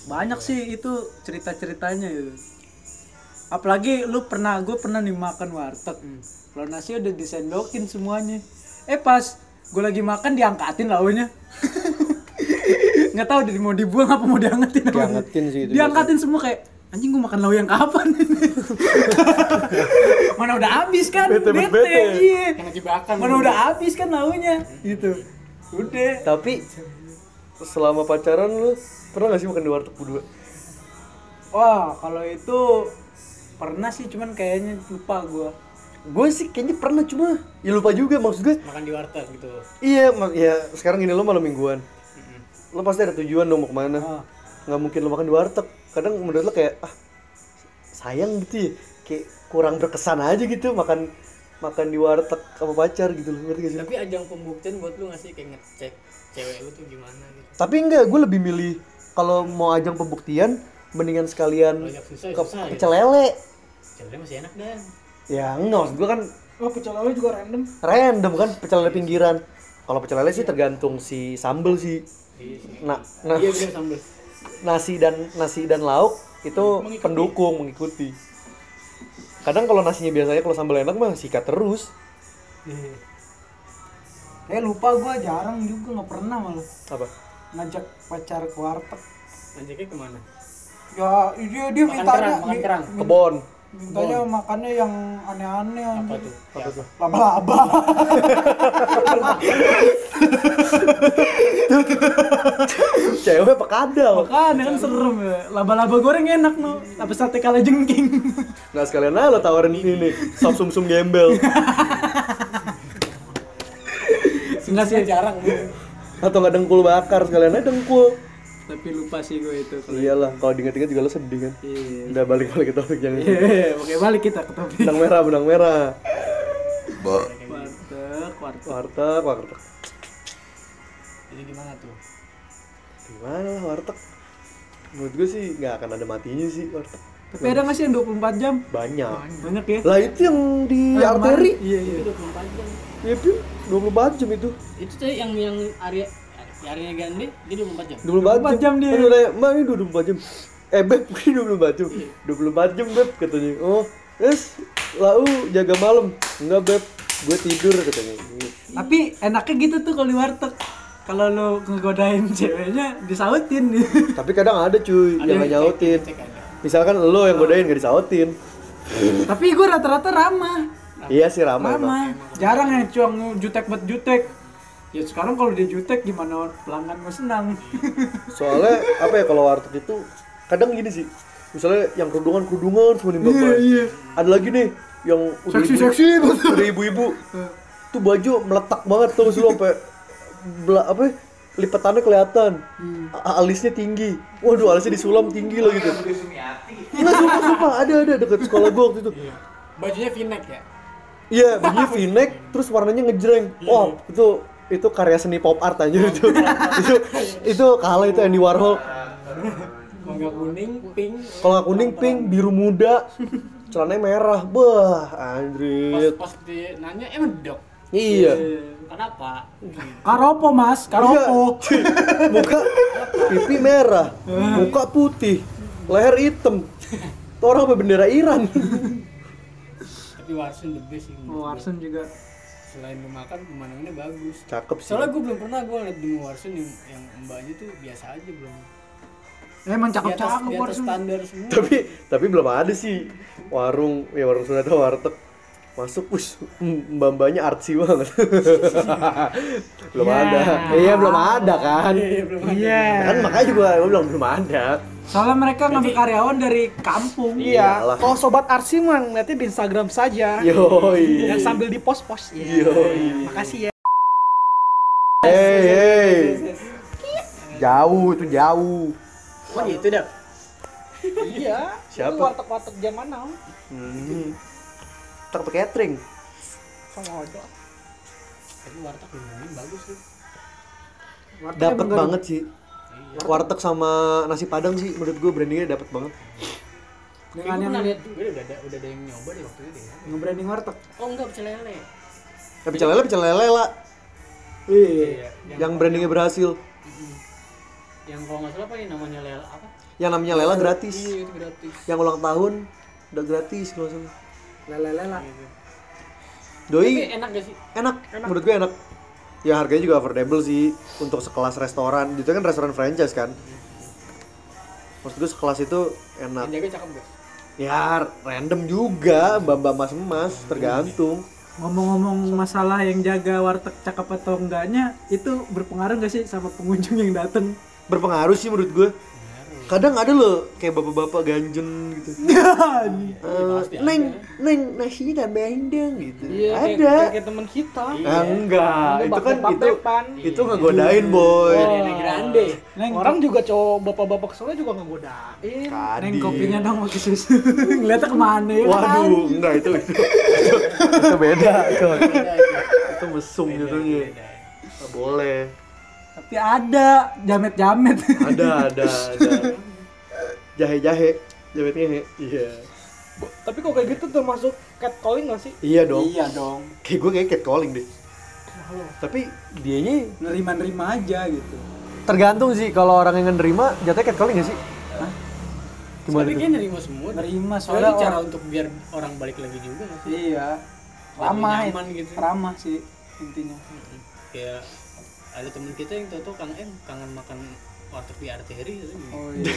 [SPEAKER 5] banyak sih itu cerita ceritanya itu apalagi lu pernah gue pernah nih makan warteg
[SPEAKER 1] Hmm.
[SPEAKER 5] kalau nasi udah disendokin semuanya eh pas gue lagi makan diangkatin launya
[SPEAKER 1] [LAUGHS]
[SPEAKER 5] nggak tahu di- mau dibuang apa mau diangkatin apa.
[SPEAKER 1] Diangkatin sih itu
[SPEAKER 5] diangkatin semua kayak anjing gue makan lau yang kapan
[SPEAKER 1] [LAUGHS]
[SPEAKER 5] mana udah habis kan
[SPEAKER 1] Bete,
[SPEAKER 5] bete,
[SPEAKER 1] bete.
[SPEAKER 5] iya
[SPEAKER 4] Karena jebakan.
[SPEAKER 5] mana udah habis kan launya gitu udah
[SPEAKER 1] Tapi selama pacaran lu pernah gak sih makan di warteg berdua?
[SPEAKER 5] Wah, kalau itu pernah sih, cuman kayaknya lupa gua.
[SPEAKER 1] Gue sih kayaknya pernah cuma ya lupa juga maksud gue.
[SPEAKER 4] makan di warteg gitu.
[SPEAKER 1] Iya, mak- ya sekarang ini lo malam mingguan. Lo pasti ada tujuan dong mau kemana.
[SPEAKER 5] Ah.
[SPEAKER 1] Nggak mungkin lo makan di warteg. Kadang menurut lo kayak ah sayang gitu ya. Kayak kurang berkesan aja gitu makan makan di warteg sama pacar gitu loh, ngerti gak sih?
[SPEAKER 4] Tapi ajang pembuktian buat lu ngasih kayak ngecek cewek lu tuh gimana gitu.
[SPEAKER 1] Tapi enggak, gue lebih milih kalau mau ajang pembuktian mendingan sekalian
[SPEAKER 4] Kalau ajak susah,
[SPEAKER 1] ke,
[SPEAKER 4] ya susah
[SPEAKER 1] ke
[SPEAKER 4] gitu.
[SPEAKER 1] Celele.
[SPEAKER 4] Ceweknya masih enak dan.
[SPEAKER 1] Ya enggak, maksud gue kan
[SPEAKER 3] oh pecel lele juga random
[SPEAKER 1] random kan pecel lele pinggiran. Kalau pecel lele sih tergantung si sambel sih.
[SPEAKER 4] Iya sih.
[SPEAKER 1] Nah, nah
[SPEAKER 4] Iya bener sambel.
[SPEAKER 1] nasi dan nasi dan lauk itu pendukung mengikuti. Kadang kalau nasinya biasanya kalau sambal enak mah sikat terus.
[SPEAKER 4] Iya.
[SPEAKER 2] kayak lupa gua jarang juga nggak pernah malah
[SPEAKER 1] Apa?
[SPEAKER 2] ngajak pacar ke warteg
[SPEAKER 4] Ngajaknya kemana?
[SPEAKER 2] ya dia dia
[SPEAKER 4] Makan
[SPEAKER 2] mintanya
[SPEAKER 4] kerang, makan
[SPEAKER 2] mi-
[SPEAKER 4] kerang.
[SPEAKER 1] Kebon. [LAUGHS]
[SPEAKER 2] mintanya makannya yang aneh-aneh
[SPEAKER 4] Apa
[SPEAKER 2] anjing.
[SPEAKER 4] tuh?
[SPEAKER 1] Apa tuh?
[SPEAKER 5] [LAUGHS]
[SPEAKER 2] laba-laba
[SPEAKER 1] Cewek apa kadal?
[SPEAKER 5] Makanya kan serem ya. Laba-laba goreng enak no. Tapi sate kalajengking.
[SPEAKER 4] [LAUGHS]
[SPEAKER 1] Nah sekalian aja lo tawarin ini sop sum sum [LAUGHS] gembel
[SPEAKER 5] Enggak sih.
[SPEAKER 4] Jarang lu.
[SPEAKER 1] atau nggak dengkul bakar sekalian aja dengkul.
[SPEAKER 5] Tapi lupa sih gua itu.
[SPEAKER 1] Iyalah, kalau diingat-ingat juga lo sedih kan.
[SPEAKER 5] Iya.
[SPEAKER 1] Udah balik-balik ke topik yang [LAUGHS]
[SPEAKER 5] Iya, oke balik kita ke topik.
[SPEAKER 1] benang merah, benang merah.
[SPEAKER 5] Warteg, warteg.
[SPEAKER 1] Warteg, warteg.
[SPEAKER 4] Jadi gimana tuh?
[SPEAKER 1] Gimana lah warteg? Menurut gue sih nggak akan ada matinya sih warteg.
[SPEAKER 5] Tapi ada nggak sih yang 24 jam?
[SPEAKER 1] Banyak.
[SPEAKER 5] Banyak ya.
[SPEAKER 1] Lah itu yang di
[SPEAKER 5] Yang
[SPEAKER 1] arteri.
[SPEAKER 5] kemarin- Iya, iya.
[SPEAKER 4] Itu 24 jam.
[SPEAKER 1] Ya, Pim, 24 jam itu.
[SPEAKER 4] Itu tuh yang yang area Ariana Grande dia 24 jam.
[SPEAKER 1] 24 jam.
[SPEAKER 5] 24 jam dia.
[SPEAKER 1] Aduh, nanya, "Mbak, ini 24 jam." Eh, Beb, [LAUGHS] ini 24 jam.
[SPEAKER 4] Iya.
[SPEAKER 1] 24 jam, Beb, katanya. Oh, yes. Lau jaga malam. Enggak, Beb. Gue tidur katanya.
[SPEAKER 5] Tapi enaknya gitu tuh kalau di warteg. Kalau lu ngegodain ceweknya disautin. [LAUGHS]
[SPEAKER 1] Tapi kadang ada cuy yang nggak nyautin.
[SPEAKER 4] Cek aja.
[SPEAKER 1] Misalkan lo yang
[SPEAKER 4] Oh.
[SPEAKER 1] godain gak disautin.
[SPEAKER 5] Tapi gua rata-rata ramah.
[SPEAKER 4] Nah.
[SPEAKER 1] Iya sih ramai emang.
[SPEAKER 5] Lama. Jarang ya cuang jutek buat jutek. Ya sekarang kalau dia jutek gimana pelanggan mau senang? [LAUGHS]
[SPEAKER 1] Soalnya apa ya kalau warteg itu kadang gini sih. Misalnya yang kerudungan kerudungan semua nih bapak. Ada lagi nih yang udah
[SPEAKER 5] Iya, Seksi,
[SPEAKER 1] ibu-
[SPEAKER 5] seksi, betul.
[SPEAKER 1] [LAUGHS] udah ibu-ibu. Tuh baju meletak banget tuh selalu sampai bela- apa ya, lipetannya kelihatan.
[SPEAKER 5] Hmm.
[SPEAKER 1] A- Alisnya tinggi. Waduh, alisnya disulam tinggi loh gitu. Enggak sumpah sumpah ada ada dekat sekolah gua waktu itu.
[SPEAKER 4] Bajunya V-neck ya?
[SPEAKER 1] Iya, bajunya v-neck terus warnanya ngejreng. Wah, itu itu karya seni pop art aja itu. [LAUGHS] itu itu kalah itu Andy Warhol.
[SPEAKER 4] Kalau nggak kuning, pink,
[SPEAKER 1] Kalau nggak kuning pink, biru muda, celananya merah. Bah,
[SPEAKER 2] Iya.
[SPEAKER 1] anjrit.
[SPEAKER 4] pas di nanya emang dok
[SPEAKER 1] Iya.
[SPEAKER 4] kenapa
[SPEAKER 5] Karopo mas, karopo. [LAUGHS]
[SPEAKER 1] Iya. Muka pipi merah, muka putih, leher hitam. Itu orang apa bendera Iran?
[SPEAKER 4] tapi warsun the best sih
[SPEAKER 5] Oh,
[SPEAKER 4] menurut gua.
[SPEAKER 5] Arsen juga.
[SPEAKER 4] selain lu makan pemandangannya
[SPEAKER 2] Iya.
[SPEAKER 4] bagus
[SPEAKER 1] Cakep sih.
[SPEAKER 4] soalnya gue belum pernah gue liat di warsun yang yang mbaknya tuh biasa aja belum
[SPEAKER 5] Eh, Emang
[SPEAKER 4] di
[SPEAKER 5] cakep
[SPEAKER 4] atas,
[SPEAKER 5] cakep
[SPEAKER 4] di atas
[SPEAKER 5] Arsen.
[SPEAKER 4] standar semua
[SPEAKER 1] tapi tapi belum ada sih warung ya warung Sunda ada warteg masuk us mbambanya artsy banget belum ada iya belum ada kan
[SPEAKER 3] Ya.
[SPEAKER 5] Iya.
[SPEAKER 1] kan makanya juga gua bilang belum ada
[SPEAKER 5] Soalnya mereka ngambil karyawan dari kampung.
[SPEAKER 1] Iyalah. Iya.
[SPEAKER 3] iya kalau sobat arsi mah ngeliatnya di instagram saja
[SPEAKER 1] yoi
[SPEAKER 3] dan sambil di post
[SPEAKER 1] Iya,
[SPEAKER 3] post ya
[SPEAKER 1] Yoi.
[SPEAKER 3] makasih ya
[SPEAKER 1] hey hey Jauh itu jauh.
[SPEAKER 4] Oh itu dah.
[SPEAKER 3] iya
[SPEAKER 1] Siapa?
[SPEAKER 3] itu warteg-warteg zaman now
[SPEAKER 1] Hmm. Tetap catering.
[SPEAKER 3] sama ojol
[SPEAKER 4] Tapi warteg ini bagus tuh.
[SPEAKER 1] Dapat banget sih. Warteg sama nasi padang sih menurut gue brandingnya dapat banget.
[SPEAKER 2] Dengan
[SPEAKER 4] Gue
[SPEAKER 2] yang
[SPEAKER 4] pernah lihat juga udah ada udah ada yang nyoba deh waktu itu ya. deh.
[SPEAKER 2] nge-branding warteg.
[SPEAKER 4] Oh enggak pecel lele.
[SPEAKER 1] Tapi pecel lele, pecel lele lah.
[SPEAKER 2] Iya.
[SPEAKER 1] Yang brandingnya berhasil.
[SPEAKER 4] Yang kalau nggak salah apa ya namanya lele apa?
[SPEAKER 1] Yang namanya Lela gratis.
[SPEAKER 4] Iya itu gratis.
[SPEAKER 1] Yang ulang tahun udah gratis kalau nggak salah.
[SPEAKER 2] Lele-lele.
[SPEAKER 4] Iya,
[SPEAKER 1] Doi
[SPEAKER 4] Tapi enak gak sih?
[SPEAKER 1] enak. menurut gue enak ya harganya juga affordable sih untuk sekelas restoran itu kan restoran franchise kan maksud gue sekelas itu
[SPEAKER 4] Yang
[SPEAKER 1] enak
[SPEAKER 4] jaga cakep gak?
[SPEAKER 1] ya random juga mbak mbak mas mas
[SPEAKER 4] Iya.
[SPEAKER 1] tergantung
[SPEAKER 5] Ngomong-ngomong masalah yang jaga warteg cakep atau enggaknya itu berpengaruh nggak sih sama pengunjung yang datang?
[SPEAKER 1] berpengaruh sih menurut gue kadang ada loh kayak bapak-bapak ganjen gitu
[SPEAKER 4] [LAUGHS] Iya,
[SPEAKER 1] Eh, neng neng nasi tambahin dong gitu
[SPEAKER 3] iya kayak-
[SPEAKER 1] ada
[SPEAKER 3] kayak, kayak teman kita
[SPEAKER 1] Ah, enggak itu kan itu
[SPEAKER 3] Bapak-bapakan.
[SPEAKER 1] itu ngegodain boy
[SPEAKER 4] Lele grande.
[SPEAKER 5] Neng,
[SPEAKER 3] orang juga cowok bapak-bapak kesel juga ngegodain
[SPEAKER 5] neng
[SPEAKER 1] Tadi.
[SPEAKER 5] kopinya dong pakai susu. [LAUGHS] Ngeliatnya kemana ya? kan?
[SPEAKER 1] Waduh, enggak itu itu, itu, itu beda itu. itu mesum gitu ya. Nggak boleh.
[SPEAKER 5] Tapi ada jamet-jamet.
[SPEAKER 1] Ada ada ada. Jahe jahe, jahe ngehe. Iya.
[SPEAKER 3] tapi kok kayak gitu termasuk catcalling gak sih
[SPEAKER 1] Iya dong.
[SPEAKER 2] [LAUGHS] Iya dong.
[SPEAKER 1] Kayak gue kayak catcalling deh. Tapi dianya
[SPEAKER 2] Nerima-nerima aja gitu.
[SPEAKER 1] tergantung sih kalau orang yang nerima jatuhnya catcalling gak sih? Gimana
[SPEAKER 4] Tapi
[SPEAKER 1] tuh?
[SPEAKER 4] dia nerima semua.
[SPEAKER 2] Nerima
[SPEAKER 4] Soalnya
[SPEAKER 2] soalnya
[SPEAKER 4] itu cara
[SPEAKER 2] orang,
[SPEAKER 4] untuk biar orang balik lagi juga kan. nggak sih?
[SPEAKER 2] iya.
[SPEAKER 4] Lebih
[SPEAKER 2] Ramah, ya.
[SPEAKER 4] nyaman gitu.
[SPEAKER 2] ramah sih intinya.
[SPEAKER 4] Kayak ada temen kita yang tau-tau kangen eh, kangen makan warteg di arteri gitu.
[SPEAKER 2] Oh iya.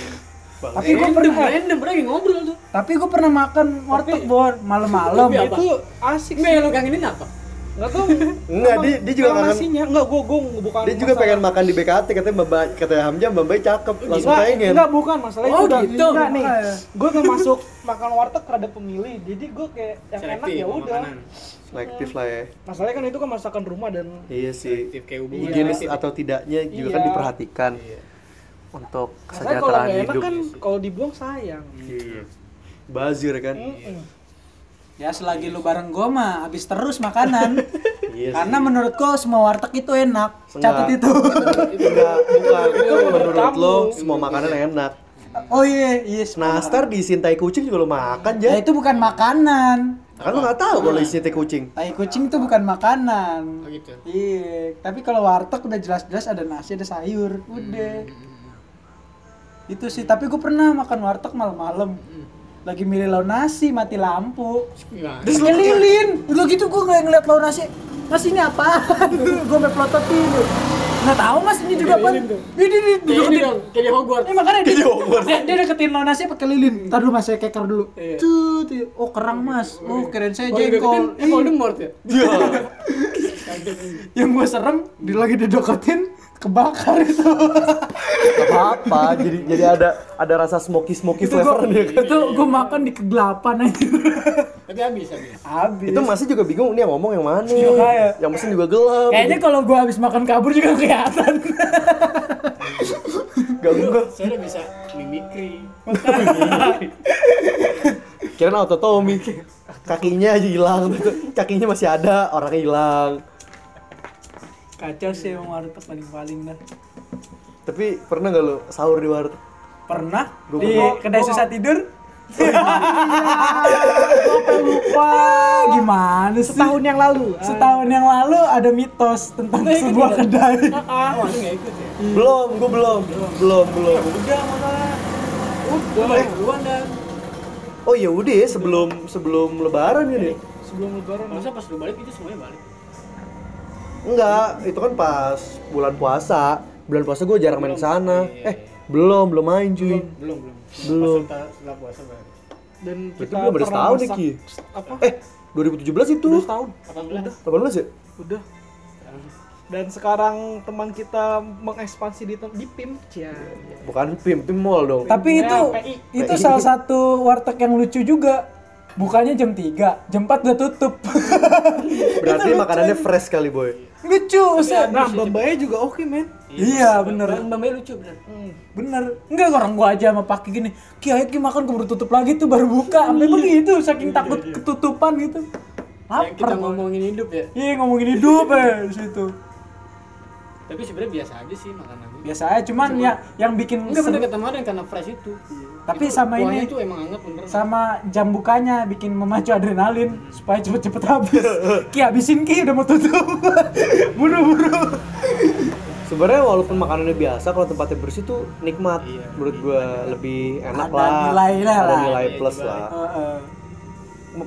[SPEAKER 1] Bang.
[SPEAKER 2] tapi gue
[SPEAKER 4] Random,
[SPEAKER 2] pernah
[SPEAKER 4] random, pernah lagi ngobrol tuh.
[SPEAKER 2] Eh. tapi gue pernah makan warteg bor malam-malam.
[SPEAKER 4] Tapi
[SPEAKER 5] gitu.
[SPEAKER 4] apa?
[SPEAKER 3] itu asik
[SPEAKER 4] Enggak
[SPEAKER 3] sih
[SPEAKER 4] yang lo kangenin apa?
[SPEAKER 3] nggak tahu
[SPEAKER 1] Enggak, dia- dia juga kangen-
[SPEAKER 3] nasinya nggak gue gue bukan
[SPEAKER 1] Dia juga pengen makan di BKT katanya Mbak katanya Hamzah Mbak Mbak cakep langsung kan?
[SPEAKER 3] Enggak,
[SPEAKER 1] pengen.
[SPEAKER 3] enggak bukan masalahnya
[SPEAKER 4] Oh,
[SPEAKER 3] itu udah
[SPEAKER 4] gitu.
[SPEAKER 3] enggak nih
[SPEAKER 2] Makanya.
[SPEAKER 3] gue termasuk makan warteg rada pemilih jadi gue kayak yang enak
[SPEAKER 4] Selektif
[SPEAKER 3] ya
[SPEAKER 4] sama
[SPEAKER 3] udah
[SPEAKER 4] makanan.
[SPEAKER 1] Selektif lah ya.
[SPEAKER 3] masalahnya kan itu kan masakan rumah dan
[SPEAKER 1] Iya sih.
[SPEAKER 4] Selektif kayak hubungan.
[SPEAKER 1] higienis
[SPEAKER 4] Selektif.
[SPEAKER 1] atau tidaknya juga kan
[SPEAKER 3] Iya.
[SPEAKER 1] diperhatikan untuk
[SPEAKER 3] masalahnya kalau
[SPEAKER 1] kesejahteraan
[SPEAKER 3] nggak enak
[SPEAKER 1] hidup. ya
[SPEAKER 3] kan kalau dibuang sayang
[SPEAKER 1] Iya. Bazir kan.
[SPEAKER 3] Mm-mm.
[SPEAKER 2] Ya selagi lu bareng gue mah habis terus makanan.
[SPEAKER 5] [LAUGHS]
[SPEAKER 1] Iya. sih.
[SPEAKER 2] Karena menurut gue semua warteg itu enak. Catat
[SPEAKER 1] Enggak.
[SPEAKER 2] itu.
[SPEAKER 1] enggak [LAUGHS] bukan menurut
[SPEAKER 3] kamu. Iya.
[SPEAKER 1] lo semua makanan enak. Nah,
[SPEAKER 2] Oh iya, iya. semua
[SPEAKER 1] Nastar diisiin tai kucing juga lo makan
[SPEAKER 2] Ya
[SPEAKER 1] ya.
[SPEAKER 2] itu bukan makanan.
[SPEAKER 1] Kan lo nggak tahu kalau isiin tai kucing.
[SPEAKER 2] Tai kucing itu bukan makanan.
[SPEAKER 4] Oh gitu.
[SPEAKER 2] Iya, tapi kalau warteg udah jelas-jelas ada nasi, ada sayur, udah. Itu sih, tapi gue pernah makan warteg malam-malam. Lagi milih lauk nasi, mati lampu.
[SPEAKER 4] Gimana?
[SPEAKER 2] Pakai lilin. Udah gitu gue nggak ngeliat lauk nasi. Mas ini apa? [LAUGHS] gue meplototin. Nggak tahu mas ini juga apa? Ini ini
[SPEAKER 4] Kayak ini
[SPEAKER 2] deketin.
[SPEAKER 4] dong, kayak di Hogwarts.
[SPEAKER 2] Ini makanya dia, dia, dia deketin lauk nasi pakai lilin. Ntar dulu mas saya keker dulu.
[SPEAKER 4] Iya.
[SPEAKER 2] Tuh, tuh. oh kerang mas. Oh keren saya
[SPEAKER 4] Oh, yang deketin
[SPEAKER 2] jengkol.
[SPEAKER 4] eh, Voldemort ya?
[SPEAKER 1] Iya.
[SPEAKER 2] yang gue serem dia lagi dideketin kebakar itu
[SPEAKER 1] apa jadi jadi ada ada rasa smoky smoky
[SPEAKER 5] itu gua
[SPEAKER 1] flavor dia kan.
[SPEAKER 5] itu gua makan di kegelapan aja.
[SPEAKER 4] Tapi habis habis.
[SPEAKER 2] habis
[SPEAKER 1] Itu masih juga bingung nih yang ngomong yang mana.
[SPEAKER 3] Iya,
[SPEAKER 1] Yang mesin juga gelap.
[SPEAKER 5] Kayaknya kalau gua habis makan kabur juga kelihatan.
[SPEAKER 1] Gak gue.
[SPEAKER 4] Saya udah bisa mimikri.
[SPEAKER 1] Kirain autotomi. Kakinya aja hilang. Kakinya masih ada, orangnya hilang.
[SPEAKER 5] Kacau sih emang warteg paling-paling dah.
[SPEAKER 1] Tapi pernah nggak lo sahur di warteg?
[SPEAKER 5] Pernah
[SPEAKER 1] Gua
[SPEAKER 5] di
[SPEAKER 1] pernah.
[SPEAKER 5] kedai susah tidur? lupa gimana sih?
[SPEAKER 3] tahun yang lalu
[SPEAKER 5] Setahun yang lalu ada mitos tentang sebuah kedai.
[SPEAKER 4] Ah, oh, lu nggak ikut ya?
[SPEAKER 1] Belum, gue belum. Belum, belum.
[SPEAKER 4] Udah masalah. Udah
[SPEAKER 5] Eh,
[SPEAKER 4] balik duluan dan.
[SPEAKER 1] Oh ya udah ya sebelum sebelum lebaran ya deh.
[SPEAKER 3] sebelum lebaran
[SPEAKER 1] Oh.
[SPEAKER 4] Masa pas lu balik itu semuanya balik.
[SPEAKER 1] Enggak, itu kan pas bulan puasa. Bulan puasa gue jarang main sana.
[SPEAKER 4] Iya, iya,
[SPEAKER 1] Eh, belum, belum main cuy.
[SPEAKER 4] Belum belum.
[SPEAKER 1] Belum.
[SPEAKER 4] Pas setelah- Setelah puasa balik.
[SPEAKER 3] dan
[SPEAKER 1] Berarti
[SPEAKER 3] kita
[SPEAKER 1] gua baru
[SPEAKER 3] pernah
[SPEAKER 1] setahun nih,
[SPEAKER 3] masak-
[SPEAKER 1] Ki.
[SPEAKER 3] apa
[SPEAKER 1] Eh, 2017 itu.
[SPEAKER 3] udah setahun
[SPEAKER 4] 18.
[SPEAKER 1] 18 ya?
[SPEAKER 3] udah dan sekarang teman kita mengekspansi di tem- di PIM ya
[SPEAKER 1] Bukan pim, pim mall dong.
[SPEAKER 5] Tapi
[SPEAKER 3] Ya,
[SPEAKER 5] itu
[SPEAKER 3] PI.
[SPEAKER 5] itu salah satu warteg yang lucu juga. Bukanya jam 3, jam 4 udah tutup. [LAUGHS]
[SPEAKER 1] Berarti makanannya fresh kali boy.
[SPEAKER 5] lucu set.
[SPEAKER 3] Nah, babanya juga oke, men.
[SPEAKER 5] iya bener
[SPEAKER 6] Mbak Mei lucu bener.
[SPEAKER 4] Hmm.
[SPEAKER 5] bener enggak orang gua aja sama Paki gini kiai ki makan keburu tutup lagi tuh baru buka sampai begitu saking takut ketutupan gitu
[SPEAKER 4] yang kita
[SPEAKER 5] lapar gua.
[SPEAKER 4] ngomongin hidup ya
[SPEAKER 5] iya ngomongin hidup ya di situ
[SPEAKER 4] tapi sebenarnya biasa aja sih makanannya
[SPEAKER 5] biasa aja cuman ya yang bikin
[SPEAKER 4] enggak
[SPEAKER 5] seru-
[SPEAKER 4] bener kata Madan karena fresh itu
[SPEAKER 5] Tapi
[SPEAKER 4] Itu
[SPEAKER 5] sama ini-
[SPEAKER 4] kuahnya tuh emang anggap bener
[SPEAKER 5] sama jam bukanya bikin memacu adrenalin supaya cepet-cepet habis ki habisin ki udah mau tutup [LAUGHS] buru-buru
[SPEAKER 1] Sebenarnya walaupun makanannya biasa, kalau tempatnya bersih tuh nikmat.
[SPEAKER 4] Iya.
[SPEAKER 1] Menurut gua lebih enak
[SPEAKER 5] Ada
[SPEAKER 1] lah.
[SPEAKER 5] nilainya
[SPEAKER 1] Ada
[SPEAKER 5] lah.
[SPEAKER 1] nilai
[SPEAKER 4] Iya,
[SPEAKER 1] plus
[SPEAKER 4] juga.
[SPEAKER 1] lah.
[SPEAKER 5] Heeh.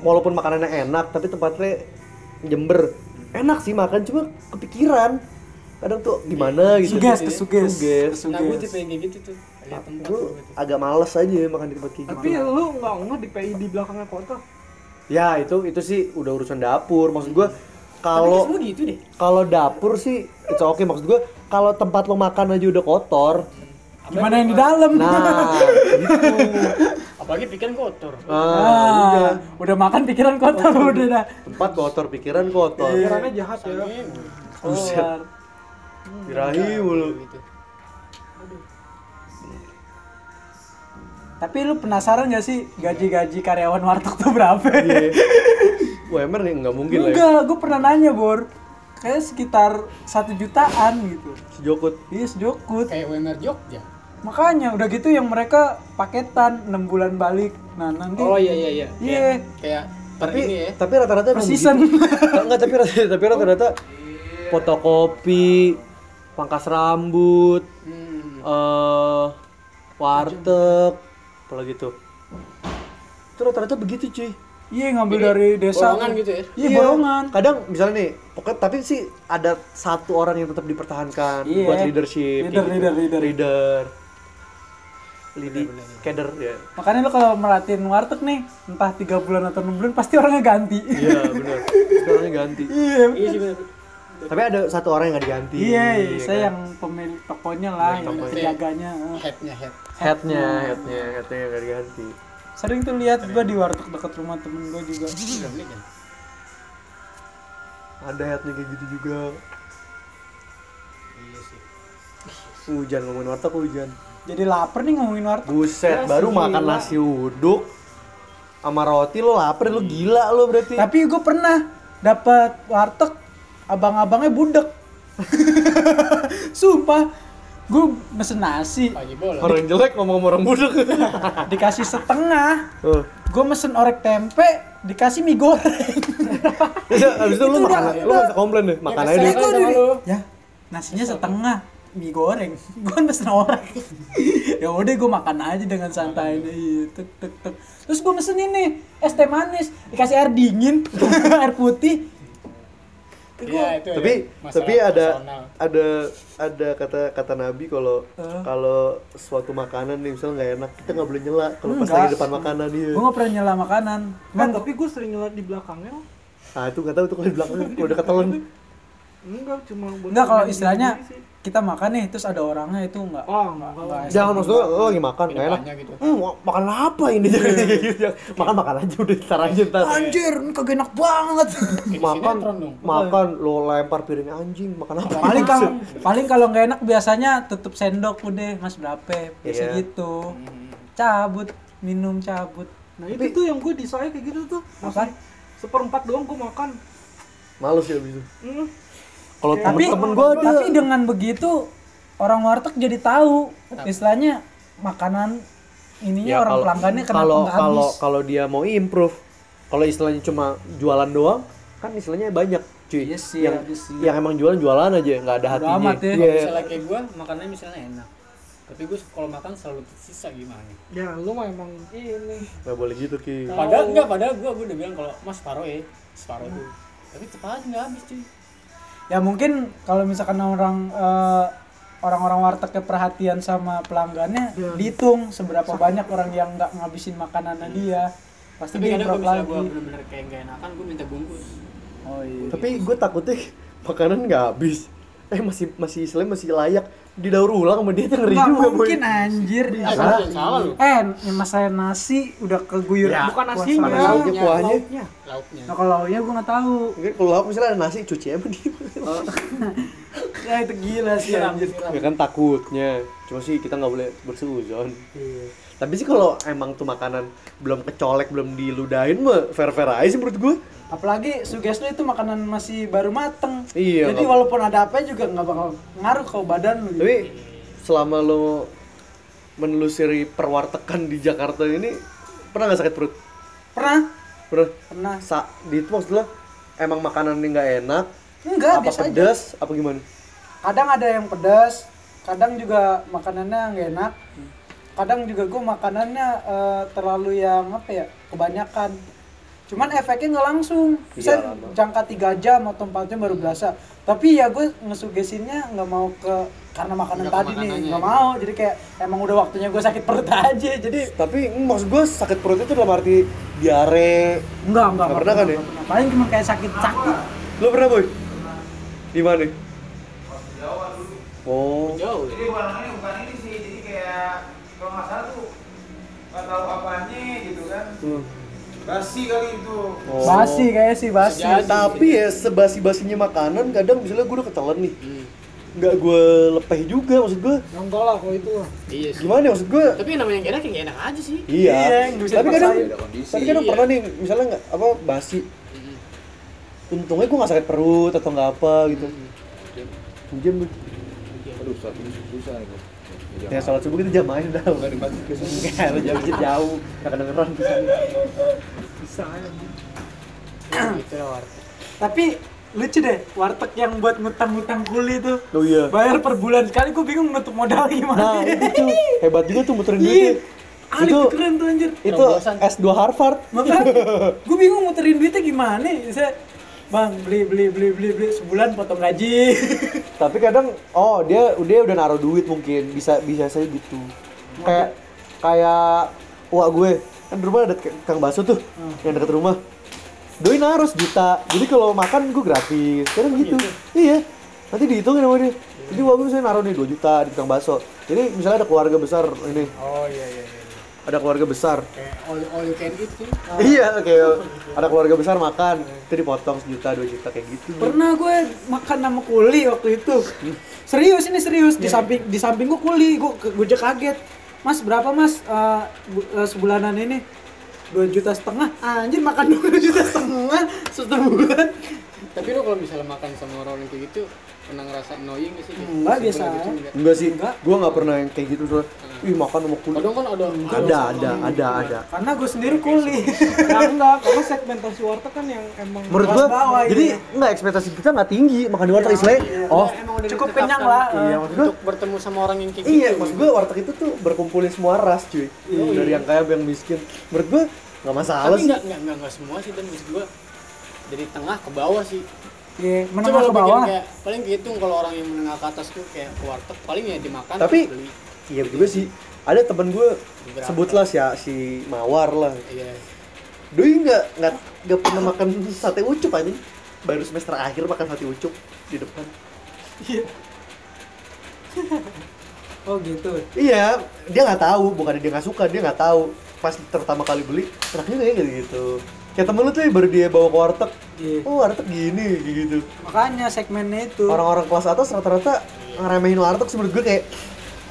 [SPEAKER 1] Walaupun makanannya enak, tapi tempatnya jember. Enak sih makan, cuma kepikiran. Kadang tuh gimana gitu.
[SPEAKER 5] suges kesuges
[SPEAKER 1] Suges.
[SPEAKER 4] nah gue tipe
[SPEAKER 5] kesuges
[SPEAKER 4] yang kayak gitu tuh lihat tempat
[SPEAKER 1] Gue
[SPEAKER 4] gua tuh.
[SPEAKER 1] agak males aja makan di tempat kayak gitu.
[SPEAKER 3] Tapi lu nggak ngeh di PI di belakangnya kota.
[SPEAKER 1] Ya itu itu sih udah urusan dapur. Maksud gua kalau
[SPEAKER 4] semua gitu deh
[SPEAKER 1] kalau dapur sih itu oke maksud gua kalau tempat lo makan aja udah kotor.
[SPEAKER 5] gimana yang di dalam [LAUGHS]
[SPEAKER 1] Nah, gitu.
[SPEAKER 4] apalagi pikiran kotor
[SPEAKER 1] Ah,
[SPEAKER 5] Ah,
[SPEAKER 1] udah.
[SPEAKER 5] udah makan pikiran kotor udah dah
[SPEAKER 1] Tempat kotor, pikiran kotor.
[SPEAKER 3] Pikirannya jahat ya.
[SPEAKER 4] Iya,
[SPEAKER 1] Buset.
[SPEAKER 5] Keluar.
[SPEAKER 1] Birahi mulu.
[SPEAKER 4] gitu
[SPEAKER 5] tapi lu penasaran gak sih gaji-gaji karyawan warteg tuh berapa
[SPEAKER 1] UMR nih nggak mungkin lah. Ya.
[SPEAKER 5] enggak gue pernah nanya bor kayak sekitar satu jutaan gitu
[SPEAKER 1] Sejokut.
[SPEAKER 5] iya sejokut
[SPEAKER 4] kayak UMR Jogja
[SPEAKER 5] makanya udah gitu yang mereka paketan 6 bulan balik nah nanti
[SPEAKER 4] oh iya iya iya
[SPEAKER 5] Iya.
[SPEAKER 4] Kayak- kayak per
[SPEAKER 1] Tapi
[SPEAKER 4] ini ya
[SPEAKER 1] tapi rata-rata
[SPEAKER 5] per
[SPEAKER 1] emang
[SPEAKER 5] season.
[SPEAKER 1] begitu. Nggak, nggak, tapi rata tapi rata-rata fotokopi, pangkas rambut,
[SPEAKER 4] Hmm.
[SPEAKER 1] eh warteg, apalagi tuh. Itu rata-rata begitu cuy.
[SPEAKER 5] iya ngambil dari desa
[SPEAKER 4] borongan gitu ya?
[SPEAKER 5] iya borongan
[SPEAKER 1] Kadang misalnya nih, pokoknya tapi sih ada satu orang yang tetap dipertahankan
[SPEAKER 5] Iya.
[SPEAKER 1] buat leadership.
[SPEAKER 5] Leader,
[SPEAKER 1] kayak
[SPEAKER 5] leader, leader.
[SPEAKER 1] leader. Lidi, kader ya.
[SPEAKER 5] makanya lo kalau merhatiin warteg nih entah tiga bulan atau enam bulan pasti orangnya ganti
[SPEAKER 1] Iya benar. Sekarangnya ganti.
[SPEAKER 5] iya
[SPEAKER 4] iya sih bener
[SPEAKER 1] Tapi ada satu orang yang nggak diganti.
[SPEAKER 5] iya iya,
[SPEAKER 1] kan?
[SPEAKER 5] saya yang pemilik tokonya lah yang
[SPEAKER 4] tokonya.
[SPEAKER 5] penjaganya eh.
[SPEAKER 4] headnya head
[SPEAKER 1] headnya, headnya, headnya yang nggak diganti.
[SPEAKER 5] sering tuh lihat gua di warteg dekat rumah temen gua juga
[SPEAKER 4] udah beli kan
[SPEAKER 1] Ada headnya kayak gitu juga.
[SPEAKER 4] iya sih
[SPEAKER 1] Hujan ngomongin warteg hujan.
[SPEAKER 5] jadi lapar nih ngomongin warteg
[SPEAKER 1] Buset, baru makan nasi uduk sama roti lo lapar lo gila lo berarti.
[SPEAKER 5] tapi gua pernah dapat warteg abang-abangnya budek [LAUGHS] sumpah gua mesen nasi
[SPEAKER 4] pagi bola
[SPEAKER 1] Orang jelek ngomong sama orang [LAUGHS] Oh. budek.
[SPEAKER 5] dikasih setengah
[SPEAKER 1] Tuh.
[SPEAKER 5] gue mesen orek tempe dikasih mie goreng
[SPEAKER 1] Terus Iya, abis itu ya, lo makan, lo nggak bisa komplain deh, makan aja
[SPEAKER 5] Saya
[SPEAKER 1] deh.
[SPEAKER 4] kesel.
[SPEAKER 5] gua
[SPEAKER 4] sama
[SPEAKER 5] diri-
[SPEAKER 4] lu.
[SPEAKER 5] ya nasinya setengah mie goreng [LAUGHS] gue kan mesen orek [LAUGHS] ya udah gue makan aja dengan santai Iya, tek tek tek terus gue mesen ini es teh manis dikasih air dingin [LAUGHS] air putih
[SPEAKER 4] Iya, itu ya,
[SPEAKER 1] Tapi
[SPEAKER 4] masalah
[SPEAKER 1] tapi ada
[SPEAKER 4] personal.
[SPEAKER 1] ada ada kata kata Nabi kalau kalau suatu makanan nih misalnya nggak enak kita nggak boleh nyela kalau pas lagi
[SPEAKER 5] Enggak.
[SPEAKER 1] depan makanan iya. dia.
[SPEAKER 5] gue gak pernah nyela makanan
[SPEAKER 3] Nah,
[SPEAKER 4] Kan
[SPEAKER 5] cuman
[SPEAKER 3] tapi gue sering ngeliat di belakangnya.
[SPEAKER 1] Ah itu nggak tahu tuh kalau di
[SPEAKER 5] [LAUGHS]
[SPEAKER 1] belakang kalau udah ketelan.
[SPEAKER 3] Enggak, cuma buat
[SPEAKER 5] enggak kalau
[SPEAKER 3] main
[SPEAKER 5] istilahnya
[SPEAKER 3] diri sih.
[SPEAKER 5] kita makan nih terus ada orangnya itu enggak
[SPEAKER 3] Oh, enggak, enggak.
[SPEAKER 1] Jangan maksudnya lo lagi makan nggak enak.
[SPEAKER 4] Depannya gitu
[SPEAKER 1] Hmm, mak- makan apa ini? Jangan kayak gitu,
[SPEAKER 5] Iya.
[SPEAKER 1] jangan. [LAUGHS] makan makan aja udah ntar aja ntar.
[SPEAKER 5] anjir ini kagak enak banget
[SPEAKER 4] Kayak di
[SPEAKER 1] Makan
[SPEAKER 4] sinetron dong.
[SPEAKER 1] makan lo lempar piring anjing makan apa?
[SPEAKER 5] [LAUGHS] paling kalau paling kalau nggak enak biasanya tutup sendok udah mas berapa biasa
[SPEAKER 1] Iya.
[SPEAKER 5] gitu cabut minum cabut
[SPEAKER 3] Nah, itu tuh yang gue disayang kayak gitu tuh.
[SPEAKER 5] Makan?
[SPEAKER 3] Maksudnya seperempat doang gue makan.
[SPEAKER 1] Males ya abis itu.
[SPEAKER 3] Hmm.
[SPEAKER 1] Kalau
[SPEAKER 5] Iya. tapi
[SPEAKER 1] temen-temen gue ada.
[SPEAKER 5] tapi dengan begitu orang warteg jadi tahu istilahnya makanan ininya orang
[SPEAKER 1] Ya, kalau-
[SPEAKER 5] pelanggannya kenapa
[SPEAKER 1] kalau
[SPEAKER 5] nggak
[SPEAKER 1] kalau
[SPEAKER 5] habis
[SPEAKER 1] kalau dia mau improve kalau istilahnya cuma jualan doang kan istilahnya banyak cuy
[SPEAKER 5] Iya sih,
[SPEAKER 1] yang
[SPEAKER 5] iya sih.
[SPEAKER 1] yang emang jualan jualan aja nggak ada
[SPEAKER 5] Bodo
[SPEAKER 1] hatinya
[SPEAKER 5] amat ya.
[SPEAKER 1] Iya.
[SPEAKER 4] misalnya kayak gue makanannya misalnya enak tapi gue kalau makan selalu sisa gimana
[SPEAKER 3] Ya, lu mah emang
[SPEAKER 7] Iya
[SPEAKER 3] ini.
[SPEAKER 1] nggak boleh gitu ki
[SPEAKER 4] padahal enggak padahal gue gue udah bilang kalau mas separuh ya separuh tuh tapi cepat nggak habis cuy
[SPEAKER 5] ya mungkin kalau misalkan orang eh, orang-orang wartegnya perhatian sama pelanggannya dihitung seberapa banyak orang yang nggak ngabisin makanannya dia pasti
[SPEAKER 4] tapi
[SPEAKER 5] dia
[SPEAKER 4] kadang kalau
[SPEAKER 5] improve
[SPEAKER 4] misalnya
[SPEAKER 5] lagi
[SPEAKER 4] gue bener-bener kayak nggak enakan gue minta bungkus
[SPEAKER 5] oh iya
[SPEAKER 1] tapi gue takutnya makanan nggak habis eh masih masih istilahnya masih layak didaur ulang sama dia tuh ngeri
[SPEAKER 5] Nggak
[SPEAKER 1] juga Boy.
[SPEAKER 5] mungkin anjir.
[SPEAKER 4] Apa lu yang salah lu?
[SPEAKER 5] Eh, masalah nasi udah keguyur.
[SPEAKER 1] Ya,
[SPEAKER 3] bukan
[SPEAKER 5] kuah
[SPEAKER 3] nasinya
[SPEAKER 1] Ada lauknya,
[SPEAKER 5] iya,
[SPEAKER 1] kuahnya.
[SPEAKER 3] lauknya.
[SPEAKER 4] Lauknya.
[SPEAKER 5] Nah kalau lauknya gue nggak tahu.
[SPEAKER 1] Mungkin kalau lauk misalnya ada nasi cuci aja dia.
[SPEAKER 5] Ya itu gila sih anjir.
[SPEAKER 1] [LAUGHS] Ya kan takutnya. Cuma sih kita nggak boleh berseuzon.
[SPEAKER 5] Iya.
[SPEAKER 1] Tapi sih kalau emang tuh makanan belum kecolek, belum diludahin mah fair-fair aja sih menurut gue.
[SPEAKER 5] Apalagi suges lu itu makanan masih baru mateng.
[SPEAKER 1] Iya,
[SPEAKER 5] Jadi
[SPEAKER 1] nggak-
[SPEAKER 5] walaupun ada apa juga nggak bakal ngaruh ke badan lu. gitu.
[SPEAKER 1] Tapi selama lo menelusuri perwartekan di Jakarta ini pernah nggak sakit perut?
[SPEAKER 5] Pernah?
[SPEAKER 1] Pernah?
[SPEAKER 5] Pernah.
[SPEAKER 1] Sa di itu maksud lo emang makanannya nggak enak,
[SPEAKER 5] Enggak,
[SPEAKER 1] apa
[SPEAKER 5] biasa aja.
[SPEAKER 1] pedas, apa gimana?
[SPEAKER 5] Kadang ada yang pedas, kadang juga makanannya nggak enak. Kadang juga gue makanannya eh, terlalu yang apa ya, kebanyakan. Cuman efeknya nggak langsung. Bisa
[SPEAKER 1] Iya, lama.
[SPEAKER 5] jangka 3 jam atau 4 jam baru berasa. Tapi ya gue ngesugesinya nggak mau ke karena makanan
[SPEAKER 4] Nggak ke
[SPEAKER 5] tadi nih,
[SPEAKER 4] makanannya
[SPEAKER 5] nggak
[SPEAKER 4] ya.
[SPEAKER 5] mau. Jadi kayak emang udah waktunya gue sakit perut [LAUGHS] aja. Jadi
[SPEAKER 1] Tapi mm, maksud gue sakit perut itu dalam arti diare.
[SPEAKER 5] Enggak, enggak,
[SPEAKER 1] Nggak pernah kan ya? Oh.
[SPEAKER 5] nggak pernah. Paling cuma kayak sakit-sakit.
[SPEAKER 1] Lo pernah boy? Di mana? Oh,
[SPEAKER 4] Jauh ya.
[SPEAKER 7] Jadi warnanya bukan ini sih, jadi kayak kalau nggak salah tuh nggak tahu apaannya gitu kan.
[SPEAKER 1] Hmm.
[SPEAKER 7] Basi kali itu.
[SPEAKER 1] Oh.
[SPEAKER 5] Basi kayaknya sih basi.
[SPEAKER 4] Sejak-
[SPEAKER 1] Tapi ya sebasi-basinya makanan kadang misalnya gue udah ketelan nih. Nggak gue lepeh juga maksud gue.
[SPEAKER 3] Nongkol lah kalau itu.
[SPEAKER 4] Iya sih.
[SPEAKER 1] Gimana ya, maksud gue?
[SPEAKER 4] Tapi yang namanya yang enak yang enak aja sih.
[SPEAKER 1] Iya.
[SPEAKER 5] Iya, yang nggak bisa
[SPEAKER 1] tapi kadang
[SPEAKER 5] dipaksain.
[SPEAKER 1] tapi kadang
[SPEAKER 4] Iya.
[SPEAKER 1] pernah nih misalnya nggak apa basi. Untungnya gue nggak sakit perut atau nggak apa gitu. Jam Boy.
[SPEAKER 8] Aduh, saat ini susah nih. Bos. Ya,
[SPEAKER 1] ya salat subuh kita jam main dah.
[SPEAKER 8] jangan dibantu kesini.
[SPEAKER 1] [LAUGHS] Kayak lu jam jauh, nggak kedengeran.
[SPEAKER 4] Gitu ya warteg.
[SPEAKER 5] Tapi lucu deh warteg yang buat ngutang-ngutang kuli tuh.
[SPEAKER 1] Oh iya.
[SPEAKER 5] Bayar per bulan sekali gue bingung nutup modal
[SPEAKER 1] Nah,
[SPEAKER 5] gimana.
[SPEAKER 1] itu tuh hebat juga tuh muterin
[SPEAKER 5] Iya.
[SPEAKER 1] duitnya.
[SPEAKER 5] Kali
[SPEAKER 1] Itu-
[SPEAKER 5] itu keren tuh anjir.
[SPEAKER 1] Itu S2 Harvard.
[SPEAKER 5] Makanya gue bingung muterin duitnya gimana. Saya Bang, beli beli beli beli beli sebulan potong gaji. [LAUGHS]
[SPEAKER 1] tapi kadang oh dia dia udah naruh duit mungkin bisa bisa saya gitu kayak kayak uak gue kan di rumah ada k- kang baso tuh yang deket rumah doi naruh juta jadi kalau makan gue gratis kadang gitu iya nanti dihitungin sama dia jadi uak gue misalnya naruh nih 2 juta di kang baso jadi misalnya ada keluarga besar ini
[SPEAKER 4] Oh iya iya iya.
[SPEAKER 1] ada keluarga besar
[SPEAKER 4] Kayak all, all you can eat tuh.
[SPEAKER 1] [LAUGHS] iya kayak ada keluarga besar makan itu dipotong sejuta dua juta kayak gitu
[SPEAKER 5] Pernah gue makan sama kuli waktu itu. Serius ini serius di
[SPEAKER 3] Iya.
[SPEAKER 5] samping di samping gue kuli, gue gue aja kaget. Mas berapa mas eh, bu- eh, sebulanan ini? 2 juta setengah, anjir makan 2 juta setengah sebulan
[SPEAKER 4] Tapi lu kalau misalnya makan sama orang yang kayak gitu pernah ngerasa annoying gak sih? Kayak
[SPEAKER 5] Enggak,
[SPEAKER 4] simple
[SPEAKER 5] biasa
[SPEAKER 4] gitu,
[SPEAKER 5] aja.
[SPEAKER 4] enggak?
[SPEAKER 1] enggak sih
[SPEAKER 5] Enggak.
[SPEAKER 1] gue nggak pernah yang kayak gitu soalnya ih makan sama kulit
[SPEAKER 4] Kadang kan ada
[SPEAKER 1] ada ada ada ada
[SPEAKER 5] Karena gue sendiri kuli
[SPEAKER 3] Nah, enggak, karena segmentasi warteg kan yang emang
[SPEAKER 1] menurut
[SPEAKER 5] Kelas
[SPEAKER 1] gua
[SPEAKER 5] bawah
[SPEAKER 1] jadi
[SPEAKER 5] ini.
[SPEAKER 1] nggak ekspektasi kita nggak tinggi makan di warteg istilahnya oh
[SPEAKER 4] Emang udah
[SPEAKER 5] Cukup
[SPEAKER 4] ditetapkan
[SPEAKER 5] kenyang lah.
[SPEAKER 1] iya maksud gua
[SPEAKER 4] Untuk bertemu sama orang yang kayak gitu.
[SPEAKER 1] iya maksud gua warteg itu tuh berkumpulin semua ras cuy dari yang kaya sampai yang miskin menurut gua nggak masalah
[SPEAKER 4] Tapi
[SPEAKER 1] sih
[SPEAKER 4] enggak enggak enggak, enggak semua sih dan maksud gua dari tengah ke bawah sih.
[SPEAKER 5] Iya,
[SPEAKER 4] Coba
[SPEAKER 5] menengah
[SPEAKER 4] lu
[SPEAKER 5] ke
[SPEAKER 4] bikin
[SPEAKER 5] bawah
[SPEAKER 4] Kayak, paling gitu kalau orang yang menengah ke atas tuh kayak ke warteg paling ya dimakan
[SPEAKER 1] Tapi-
[SPEAKER 4] beli.
[SPEAKER 1] iya juga sih ada temen gua
[SPEAKER 4] Berapa?
[SPEAKER 1] sebutlah si si mawar lah
[SPEAKER 4] Iya.
[SPEAKER 1] doi nggak nggak nggak pernah makan sate ucup aja baru semester akhir makan sate ucup di depan
[SPEAKER 5] Iya. Oh gitu
[SPEAKER 1] iya dia nggak tahu bukan dia nggak suka dia nggak tahu pas pertama kali beli enaknya kayak gitu gitu kayak temen lu tuh baru dia bawa ke warteg
[SPEAKER 5] Iya.
[SPEAKER 1] oh warteg gini kayak gitu
[SPEAKER 5] Makanya segmennya itu
[SPEAKER 1] orang-orang kelas atas rata-rata ngeremehin warteg sih menurut gue kayak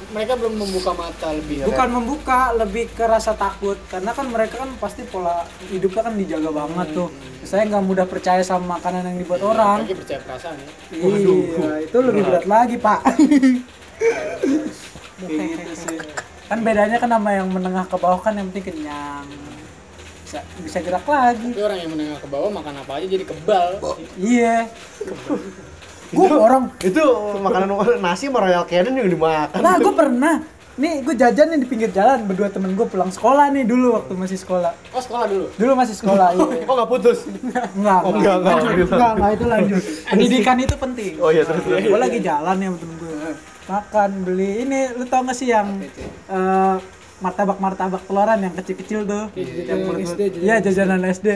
[SPEAKER 4] Mereka belum membuka mata lebih.
[SPEAKER 5] Bukan membuka, lebih ke rasa takut Karena kan mereka kan pasti pola hidupnya kan dijaga banget tuh Saya nggak mudah percaya sama makanan yang dibuat orang
[SPEAKER 4] Lagi percaya perasaan ya.
[SPEAKER 5] Iya, itu lebih berat lagi, [LAUGHS] Pak. Kayak gitu sih. Kan bedanya kan sama yang menengah ke bawah kan yang penting kenyang. Bisa bisa gerak lagi.
[SPEAKER 4] Tapi orang yang menengah ke bawah makan apa aja jadi kebal.
[SPEAKER 5] Iya. Gue orang.
[SPEAKER 1] itu makanan nasi sama royal canin yang dimakan
[SPEAKER 5] Nah, gue pernah. Nih, gue jajan nih di pinggir jalan berdua temen gue pulang sekolah nih dulu waktu masih sekolah.
[SPEAKER 4] Oh sekolah dulu.
[SPEAKER 5] Dulu masih sekolah. Iya.
[SPEAKER 1] oh nggak putus
[SPEAKER 5] Enggak,
[SPEAKER 1] Oh,
[SPEAKER 5] enggak,
[SPEAKER 1] enggak, enggak.
[SPEAKER 5] enggak, enggak, itu
[SPEAKER 1] [LAUGHS]
[SPEAKER 5] lanjut. Pendidikan itu penting.
[SPEAKER 1] oh iya terus terus.
[SPEAKER 5] gue lagi jalan ya sama temen gue makan beli ini lu tau gak sih yang eh, martabak martabak teloran yang kecil kecil tuh
[SPEAKER 4] Iya,
[SPEAKER 5] yang
[SPEAKER 3] jajanan
[SPEAKER 5] mulut-
[SPEAKER 3] SD, jajanan
[SPEAKER 5] iya jajanan SD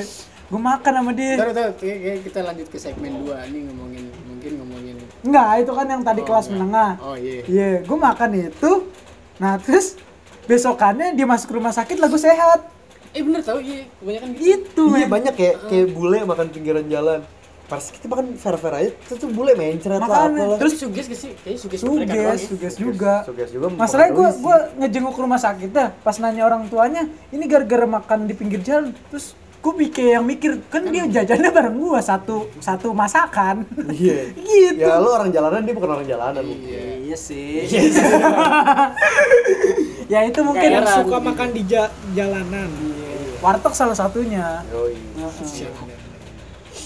[SPEAKER 5] gue makan sama dia
[SPEAKER 4] Taruh, taruh, kayak- kayak kita lanjut ke segmen 2 nih ngomongin mungkin ngomongin
[SPEAKER 5] Enggak, itu kan yang tadi
[SPEAKER 4] Oh,
[SPEAKER 5] kelas
[SPEAKER 4] enggak.
[SPEAKER 5] menengah.
[SPEAKER 4] Oh, iya.
[SPEAKER 5] Iya, gue makan itu. Nah, terus besokannya dia masuk rumah sakit lah gue sehat.
[SPEAKER 4] Eh bener tau, iya kebanyakan gitu.
[SPEAKER 5] Itu,
[SPEAKER 1] Iya
[SPEAKER 5] men.
[SPEAKER 1] banyak kayak kayak bule makan pinggiran jalan. Pas kita makan fair fair aja, itu tuh bule main cerat lah
[SPEAKER 5] Makanya,
[SPEAKER 1] apalah.
[SPEAKER 4] Terus suges gak sih? Kayaknya suges mereka doang
[SPEAKER 5] Suges,
[SPEAKER 4] ya.
[SPEAKER 5] suges juga.
[SPEAKER 1] Suges juga
[SPEAKER 5] Masalahnya gue
[SPEAKER 1] mempengaruhi
[SPEAKER 5] gua ngejenguk rumah sakit dah. Pas nanya orang tuanya, ini gara-gara makan di pinggir jalan. Terus gue mikir yang mikir kan dia jajannya bareng gue satu satu masakan. [LAUGHS]
[SPEAKER 1] Iya.
[SPEAKER 5] gitu.
[SPEAKER 1] Ya lu orang jalanan dia bukan orang jalanan. lu.
[SPEAKER 2] Iya sih.
[SPEAKER 5] Ya itu mungkin
[SPEAKER 3] Yang
[SPEAKER 4] heran.
[SPEAKER 3] suka makan di ja- jalanan.
[SPEAKER 5] warteg salah satunya.
[SPEAKER 1] Yoi.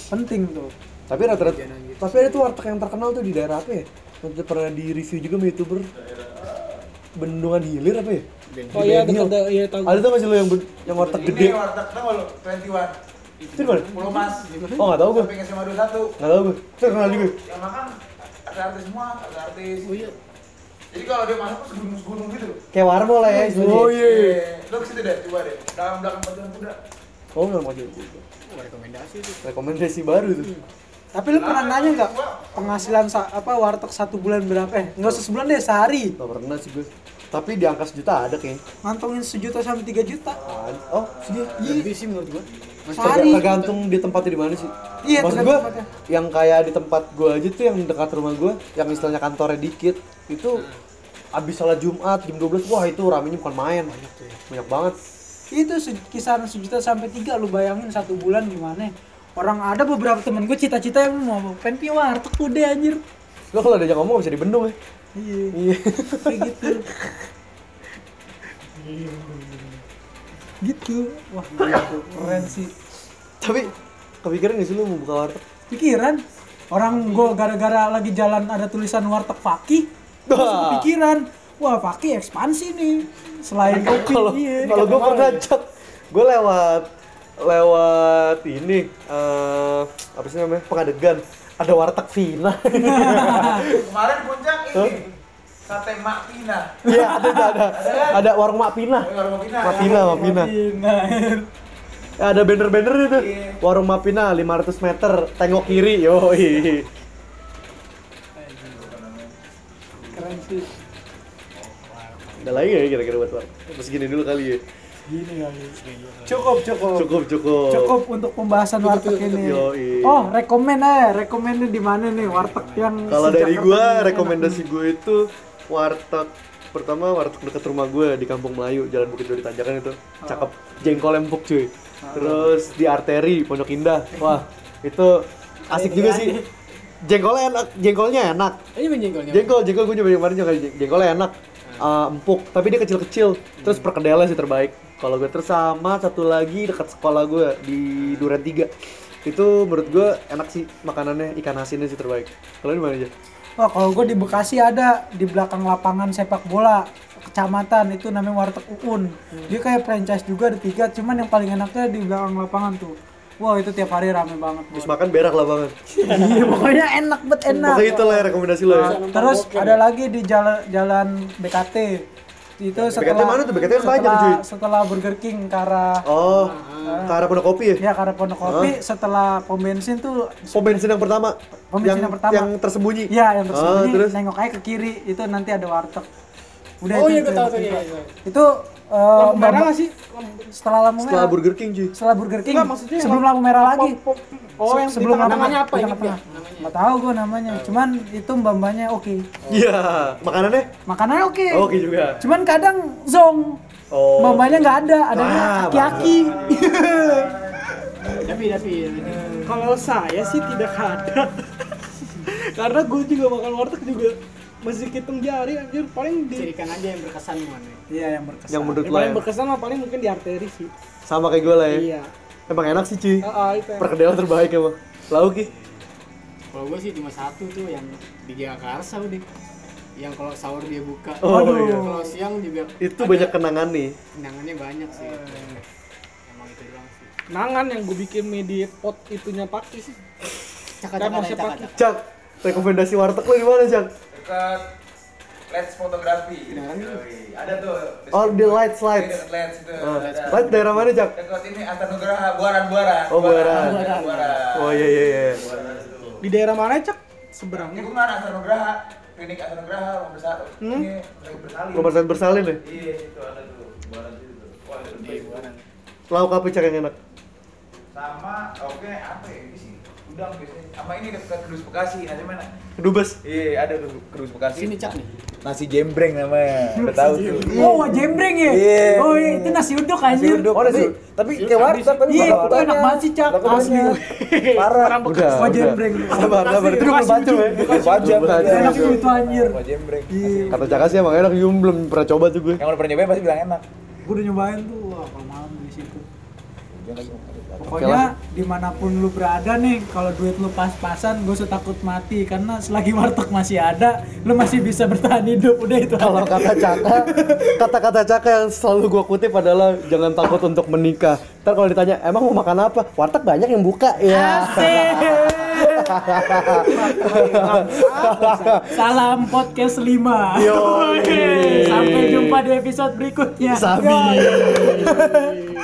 [SPEAKER 5] Penting tuh.
[SPEAKER 1] Tapi rata-rata
[SPEAKER 7] Iya,
[SPEAKER 1] tapi ada tuh warteg yang terkenal tuh di daerah apa ya? Waktu itu pernah di review juga sama youtuber Bendungan Hilir apa ya?
[SPEAKER 3] Oh iya,
[SPEAKER 1] Benhil.
[SPEAKER 3] dekat iya tahu.
[SPEAKER 1] Ada tuh masih lu yang ben- yang warteg gede.
[SPEAKER 7] Ini warteg tau lo, 21
[SPEAKER 1] Itu di mana?
[SPEAKER 7] Pulau Mas
[SPEAKER 1] Oh, nggak tahu gua.
[SPEAKER 7] Samping SMA 21
[SPEAKER 1] Enggak tahu gue. Itu terkenal juga.
[SPEAKER 7] Yang makan ada artis semua, ada artis
[SPEAKER 4] Oh iya.
[SPEAKER 7] Jadi kalau dia masuk tuh gunung-gunung gitu
[SPEAKER 1] Kayak warmo lah ya. istilahnya.
[SPEAKER 7] iya Lo kesitu deh, coba deh Dalam belakang pajangan kuda
[SPEAKER 1] Oh, enggak mau juga.
[SPEAKER 4] Wah, rekomendasi tuh.
[SPEAKER 1] Rekomendasi baru tuh.
[SPEAKER 5] Tapi lu pernah nanya nggak penghasilan sa- apa warteg satu bulan berapa? Eh nggak usah sebulan deh sehari.
[SPEAKER 1] Enggak pernah sih gue. Tapi di angka sejuta ada kayaknya.
[SPEAKER 5] Ngantongin sejuta sampai tiga juta.
[SPEAKER 1] Ada. Oh, sejuta.
[SPEAKER 4] Iya. Lebih sih menurut gua.
[SPEAKER 5] Sehari.
[SPEAKER 1] Terga- tergantung di tempatnya di mana sih.
[SPEAKER 5] Iya,
[SPEAKER 1] Maksud
[SPEAKER 5] tergantung
[SPEAKER 1] gue
[SPEAKER 5] tempatnya.
[SPEAKER 1] yang kayak di tempat gue aja tuh yang dekat rumah gue, yang istilahnya kantornya dikit, itu abis sholat Jumat jam 12, wah itu ramenya bukan main.
[SPEAKER 4] ya.
[SPEAKER 1] Banyak banget.
[SPEAKER 5] Itu se- kisaran sejuta sampai tiga lu bayangin satu bulan gimana? Orang ada beberapa temen gue cita-cita yang mau pengen pi warteg udah anjir.
[SPEAKER 1] Lo kalau diajak ngomong gak bisa dibendung ya.
[SPEAKER 5] Iya,
[SPEAKER 1] Iya.
[SPEAKER 5] kayak gitu. gitu. Wah, gila tuh, keren sih.
[SPEAKER 1] Tapi kepikiran gak sih lu mau buka warteg?
[SPEAKER 5] Pikiran orang gue gara-gara lagi jalan ada tulisan warteg Fakih, terus
[SPEAKER 1] Wah.
[SPEAKER 5] pikiran, wah Fakih ekspansi nih. Selain kopi,
[SPEAKER 1] kalau
[SPEAKER 3] Oh,
[SPEAKER 5] iya.
[SPEAKER 1] kalau gue pernah chat gue lewat lewat ini eh apa sih namanya pengadegan ada warteg Vina [LAUGHS]
[SPEAKER 7] Kemarin puncak ini Sate Mak Pina
[SPEAKER 1] iya ada ada ada warung Mak Pina
[SPEAKER 7] Warung Mak Pina,
[SPEAKER 1] Mak Pina Mak Pina Ya, ada banner-banner itu warung Mak Pina 500 meter tengok kiri yoi
[SPEAKER 5] Keren sih.
[SPEAKER 1] ada lagi nggak ya kira-kira buat warteg Mas gini dulu kali ya
[SPEAKER 5] Cukup, cukup.
[SPEAKER 1] cukup cukup
[SPEAKER 5] Cukup untuk pembahasan warteg ini.
[SPEAKER 1] Yoi.
[SPEAKER 5] Oh, rekomen aja, rekomen di mana nih warteg yang
[SPEAKER 1] Kalau
[SPEAKER 5] si
[SPEAKER 1] dari
[SPEAKER 5] Jakarta
[SPEAKER 1] gue,
[SPEAKER 5] ini enak.
[SPEAKER 1] rekomendasi gue itu warteg pertama warteg dekat rumah gue di Kampung Melayu, Jalan Bukit Duri Tanjakan itu cakep, jengkol empuk cuy. Terus di arteri Pondok Indah, wah itu asik juga sih. Jengkolnya enak, jengkolnya enak.
[SPEAKER 4] Ini menjengkolnya.
[SPEAKER 1] Jengkol, jengkol gue nyobain kemarin juga jeng- jengkolnya enak, Eh, empuk. Tapi dia kecil-kecil. Terus perkedelnya sih terbaik. Kalau gue terus sama satu lagi dekat sekolah gue di Duren 3 itu menurut gue enak sih makanannya ikan asinnya sih terbaik. Kalau di mana aja?
[SPEAKER 5] Wah, kalau gue di Bekasi ada di belakang lapangan sepak bola kecamatan itu namanya warteg Uun. Dia kayak franchise juga ada tiga, cuman yang paling enaknya di belakang lapangan tuh. Wah, itu tiap hari rame banget. Bos.
[SPEAKER 1] Terus makan berak lah banget.
[SPEAKER 5] [LAUGHS] Iya, pokoknya enak banget enak.
[SPEAKER 1] Pokoknya itu lah ya rekomendasi lo ya.
[SPEAKER 5] Terus ada lagi di jalan jalan BKT. Itu setelah
[SPEAKER 1] mana tuh? BKT kan banyak,
[SPEAKER 5] setelah,
[SPEAKER 1] cuy.
[SPEAKER 5] setelah Burger King ke arah
[SPEAKER 1] Oh, ke arah pondok kopi
[SPEAKER 5] ya
[SPEAKER 1] ya?
[SPEAKER 5] ke arah Pondok Kopi setelah pom bensin tuh
[SPEAKER 1] Pom bensin yang pertama.
[SPEAKER 5] Pom Oh, bensin yang pertama.
[SPEAKER 1] Yang tersembunyi.
[SPEAKER 5] Iya, yang tersembunyi
[SPEAKER 1] Ah, terus
[SPEAKER 5] nengok aja ke kiri itu nanti ada warteg. Udah
[SPEAKER 4] Oh
[SPEAKER 5] itu-
[SPEAKER 4] iya
[SPEAKER 5] itu
[SPEAKER 4] gua tahu
[SPEAKER 5] yang
[SPEAKER 4] tuh iya.
[SPEAKER 5] ketiga.
[SPEAKER 4] iya.
[SPEAKER 5] Itu eh,
[SPEAKER 3] Lampu merah
[SPEAKER 5] Mbak-
[SPEAKER 3] nggak sih?
[SPEAKER 5] setelah lampu merah.
[SPEAKER 1] setelah Burger King cuy.
[SPEAKER 5] setelah Burger King.
[SPEAKER 3] Enggak, maksudnya
[SPEAKER 5] sebelum
[SPEAKER 3] lampu-
[SPEAKER 5] lampu merah lagi.
[SPEAKER 3] Pom- pom- Oh,
[SPEAKER 5] Se-
[SPEAKER 3] yang
[SPEAKER 5] sebelum lampu
[SPEAKER 4] namanya
[SPEAKER 5] merah-
[SPEAKER 3] ya?
[SPEAKER 4] apa
[SPEAKER 5] di
[SPEAKER 4] ini,
[SPEAKER 5] tengah-tengah.
[SPEAKER 4] Pia? Namanya.
[SPEAKER 5] Nggak tahu gue namanya. Cuman itu mbak-mbaknya oke.
[SPEAKER 1] Iya, makanannya
[SPEAKER 5] Makanannya oke.
[SPEAKER 1] oke juga.
[SPEAKER 5] Cuman kadang zong.
[SPEAKER 1] Oh.
[SPEAKER 5] Mbak-mbaknya nggak ada, adanya
[SPEAKER 1] Ah,
[SPEAKER 5] aki-aki.
[SPEAKER 4] Tapi tapi tapi.
[SPEAKER 3] Kalau saya sih tidak ada. [LAUGHS] Karena gue juga makan warteg juga masih hitung jari anjir paling di
[SPEAKER 4] Cirikan aja yang berkesan mana.
[SPEAKER 5] [LAUGHS] Iya, yang berkesan.
[SPEAKER 1] Yang menurut
[SPEAKER 3] yang
[SPEAKER 1] lo ya.
[SPEAKER 3] paling berkesan lah paling mungkin di arteri sih.
[SPEAKER 1] Sama kayak gue lah ya.
[SPEAKER 3] Iya.
[SPEAKER 1] Emang enak sih cuy.
[SPEAKER 3] Ah, ah, itu yang-
[SPEAKER 1] Perkedel terbaik ya, emang. Lauk ki.
[SPEAKER 4] Kalau gua sih cuma satu tuh yang di Jakarta udah. Yang kalau sahur dia buka.
[SPEAKER 1] Oh,
[SPEAKER 4] Aduh.
[SPEAKER 1] iya.
[SPEAKER 4] Kalau siang juga
[SPEAKER 1] Itu banyak kenangan nih.
[SPEAKER 4] kenangannya banyak sih. Emang itu doang sih.
[SPEAKER 3] Nangan yang gue bikin mie di pot itunya pakai sih.
[SPEAKER 4] Cakak
[SPEAKER 3] Kayak
[SPEAKER 4] cakak
[SPEAKER 3] mau
[SPEAKER 4] cakak,
[SPEAKER 3] sepak.
[SPEAKER 4] cakak.
[SPEAKER 1] Cak, rekomendasi warteg lo di mana, Cak?
[SPEAKER 7] Dekat Let's Fotografi Yoi. Ada tuh
[SPEAKER 1] Oh, di Lights
[SPEAKER 7] Di
[SPEAKER 1] Lights.
[SPEAKER 7] dekat Let's itu
[SPEAKER 1] Ah,
[SPEAKER 7] ada.
[SPEAKER 1] Lights daerah mana, Cak?
[SPEAKER 7] Dekat ini Asta Nugraha, Buaran Buaran
[SPEAKER 1] Oh, Buaran.
[SPEAKER 7] Buaran
[SPEAKER 1] Oh iya iya iya.
[SPEAKER 3] Di daerah mana cak?
[SPEAKER 7] Ini
[SPEAKER 3] seberangnya
[SPEAKER 7] gue mana Astra Nugraha, klinik Astra Nugraha, nomor bersatu.
[SPEAKER 3] Hmm?
[SPEAKER 7] Ini lagi bersalin.
[SPEAKER 1] Rumah sakit bersalin ya?
[SPEAKER 7] Iya, itu ada tuh, buaran situ tuh. Wah, itu
[SPEAKER 5] Iya,
[SPEAKER 7] baik.
[SPEAKER 1] Lauk apa cak yang enak?
[SPEAKER 7] Sama, oke, apa ya ini sih? Udang biasanya. Sama ini dekat Kedus Bekasi, ada mana?
[SPEAKER 1] Kedubes.
[SPEAKER 7] Iya, ada tuh Kedus Bekasi.
[SPEAKER 4] Sini cak nih.
[SPEAKER 7] Nasi jembreng
[SPEAKER 5] [LAUGHS]
[SPEAKER 7] namanya, udah tahu tuh.
[SPEAKER 5] Oh, wah, jembreng ya?
[SPEAKER 7] Iya.
[SPEAKER 5] Oh, iya, itu nasi uduk anjir.
[SPEAKER 7] Uduk, tapi, tapi kayak warteg tapi
[SPEAKER 5] Iya,
[SPEAKER 7] bakal
[SPEAKER 5] itu
[SPEAKER 7] warteg.
[SPEAKER 5] enak banget sih, Cak.
[SPEAKER 7] Tapi
[SPEAKER 5] Asli.
[SPEAKER 7] banyak. Parah.
[SPEAKER 1] Udah.
[SPEAKER 5] Wah, jembreng.
[SPEAKER 1] Sabar, sabar. Itu belum baju ya.
[SPEAKER 7] Wajah
[SPEAKER 5] Enak sih itu anjir.
[SPEAKER 7] Wajah jembreng.
[SPEAKER 5] Iya.
[SPEAKER 1] Kata Caka sih emang enak, Yum belum pernah coba tuh gue.
[SPEAKER 7] Yang udah pernah nyobain pasti bilang enak.
[SPEAKER 5] Gue udah nyobain tuh, wah, kalau malam di situ.
[SPEAKER 7] Jangan lagi mau ada.
[SPEAKER 5] Pokoknya dimanapun lu berada nih, kalau duit lu pas-pasan, gue takut mati karena selagi warteg masih ada, lu masih bisa bertahan hidup. Udah itu
[SPEAKER 1] Kalau
[SPEAKER 5] aja.
[SPEAKER 1] kata Caka, kata-kata Caka yang selalu gue kutip adalah jangan takut untuk menikah. Ntar kalau ditanya, emang mau makan apa? Warteg banyak yang buka ya.
[SPEAKER 5] Salam podcast 5.
[SPEAKER 1] Yoi.
[SPEAKER 5] [LAUGHS] Ah, Sampai jumpa di episode berikutnya.
[SPEAKER 1] Sabi.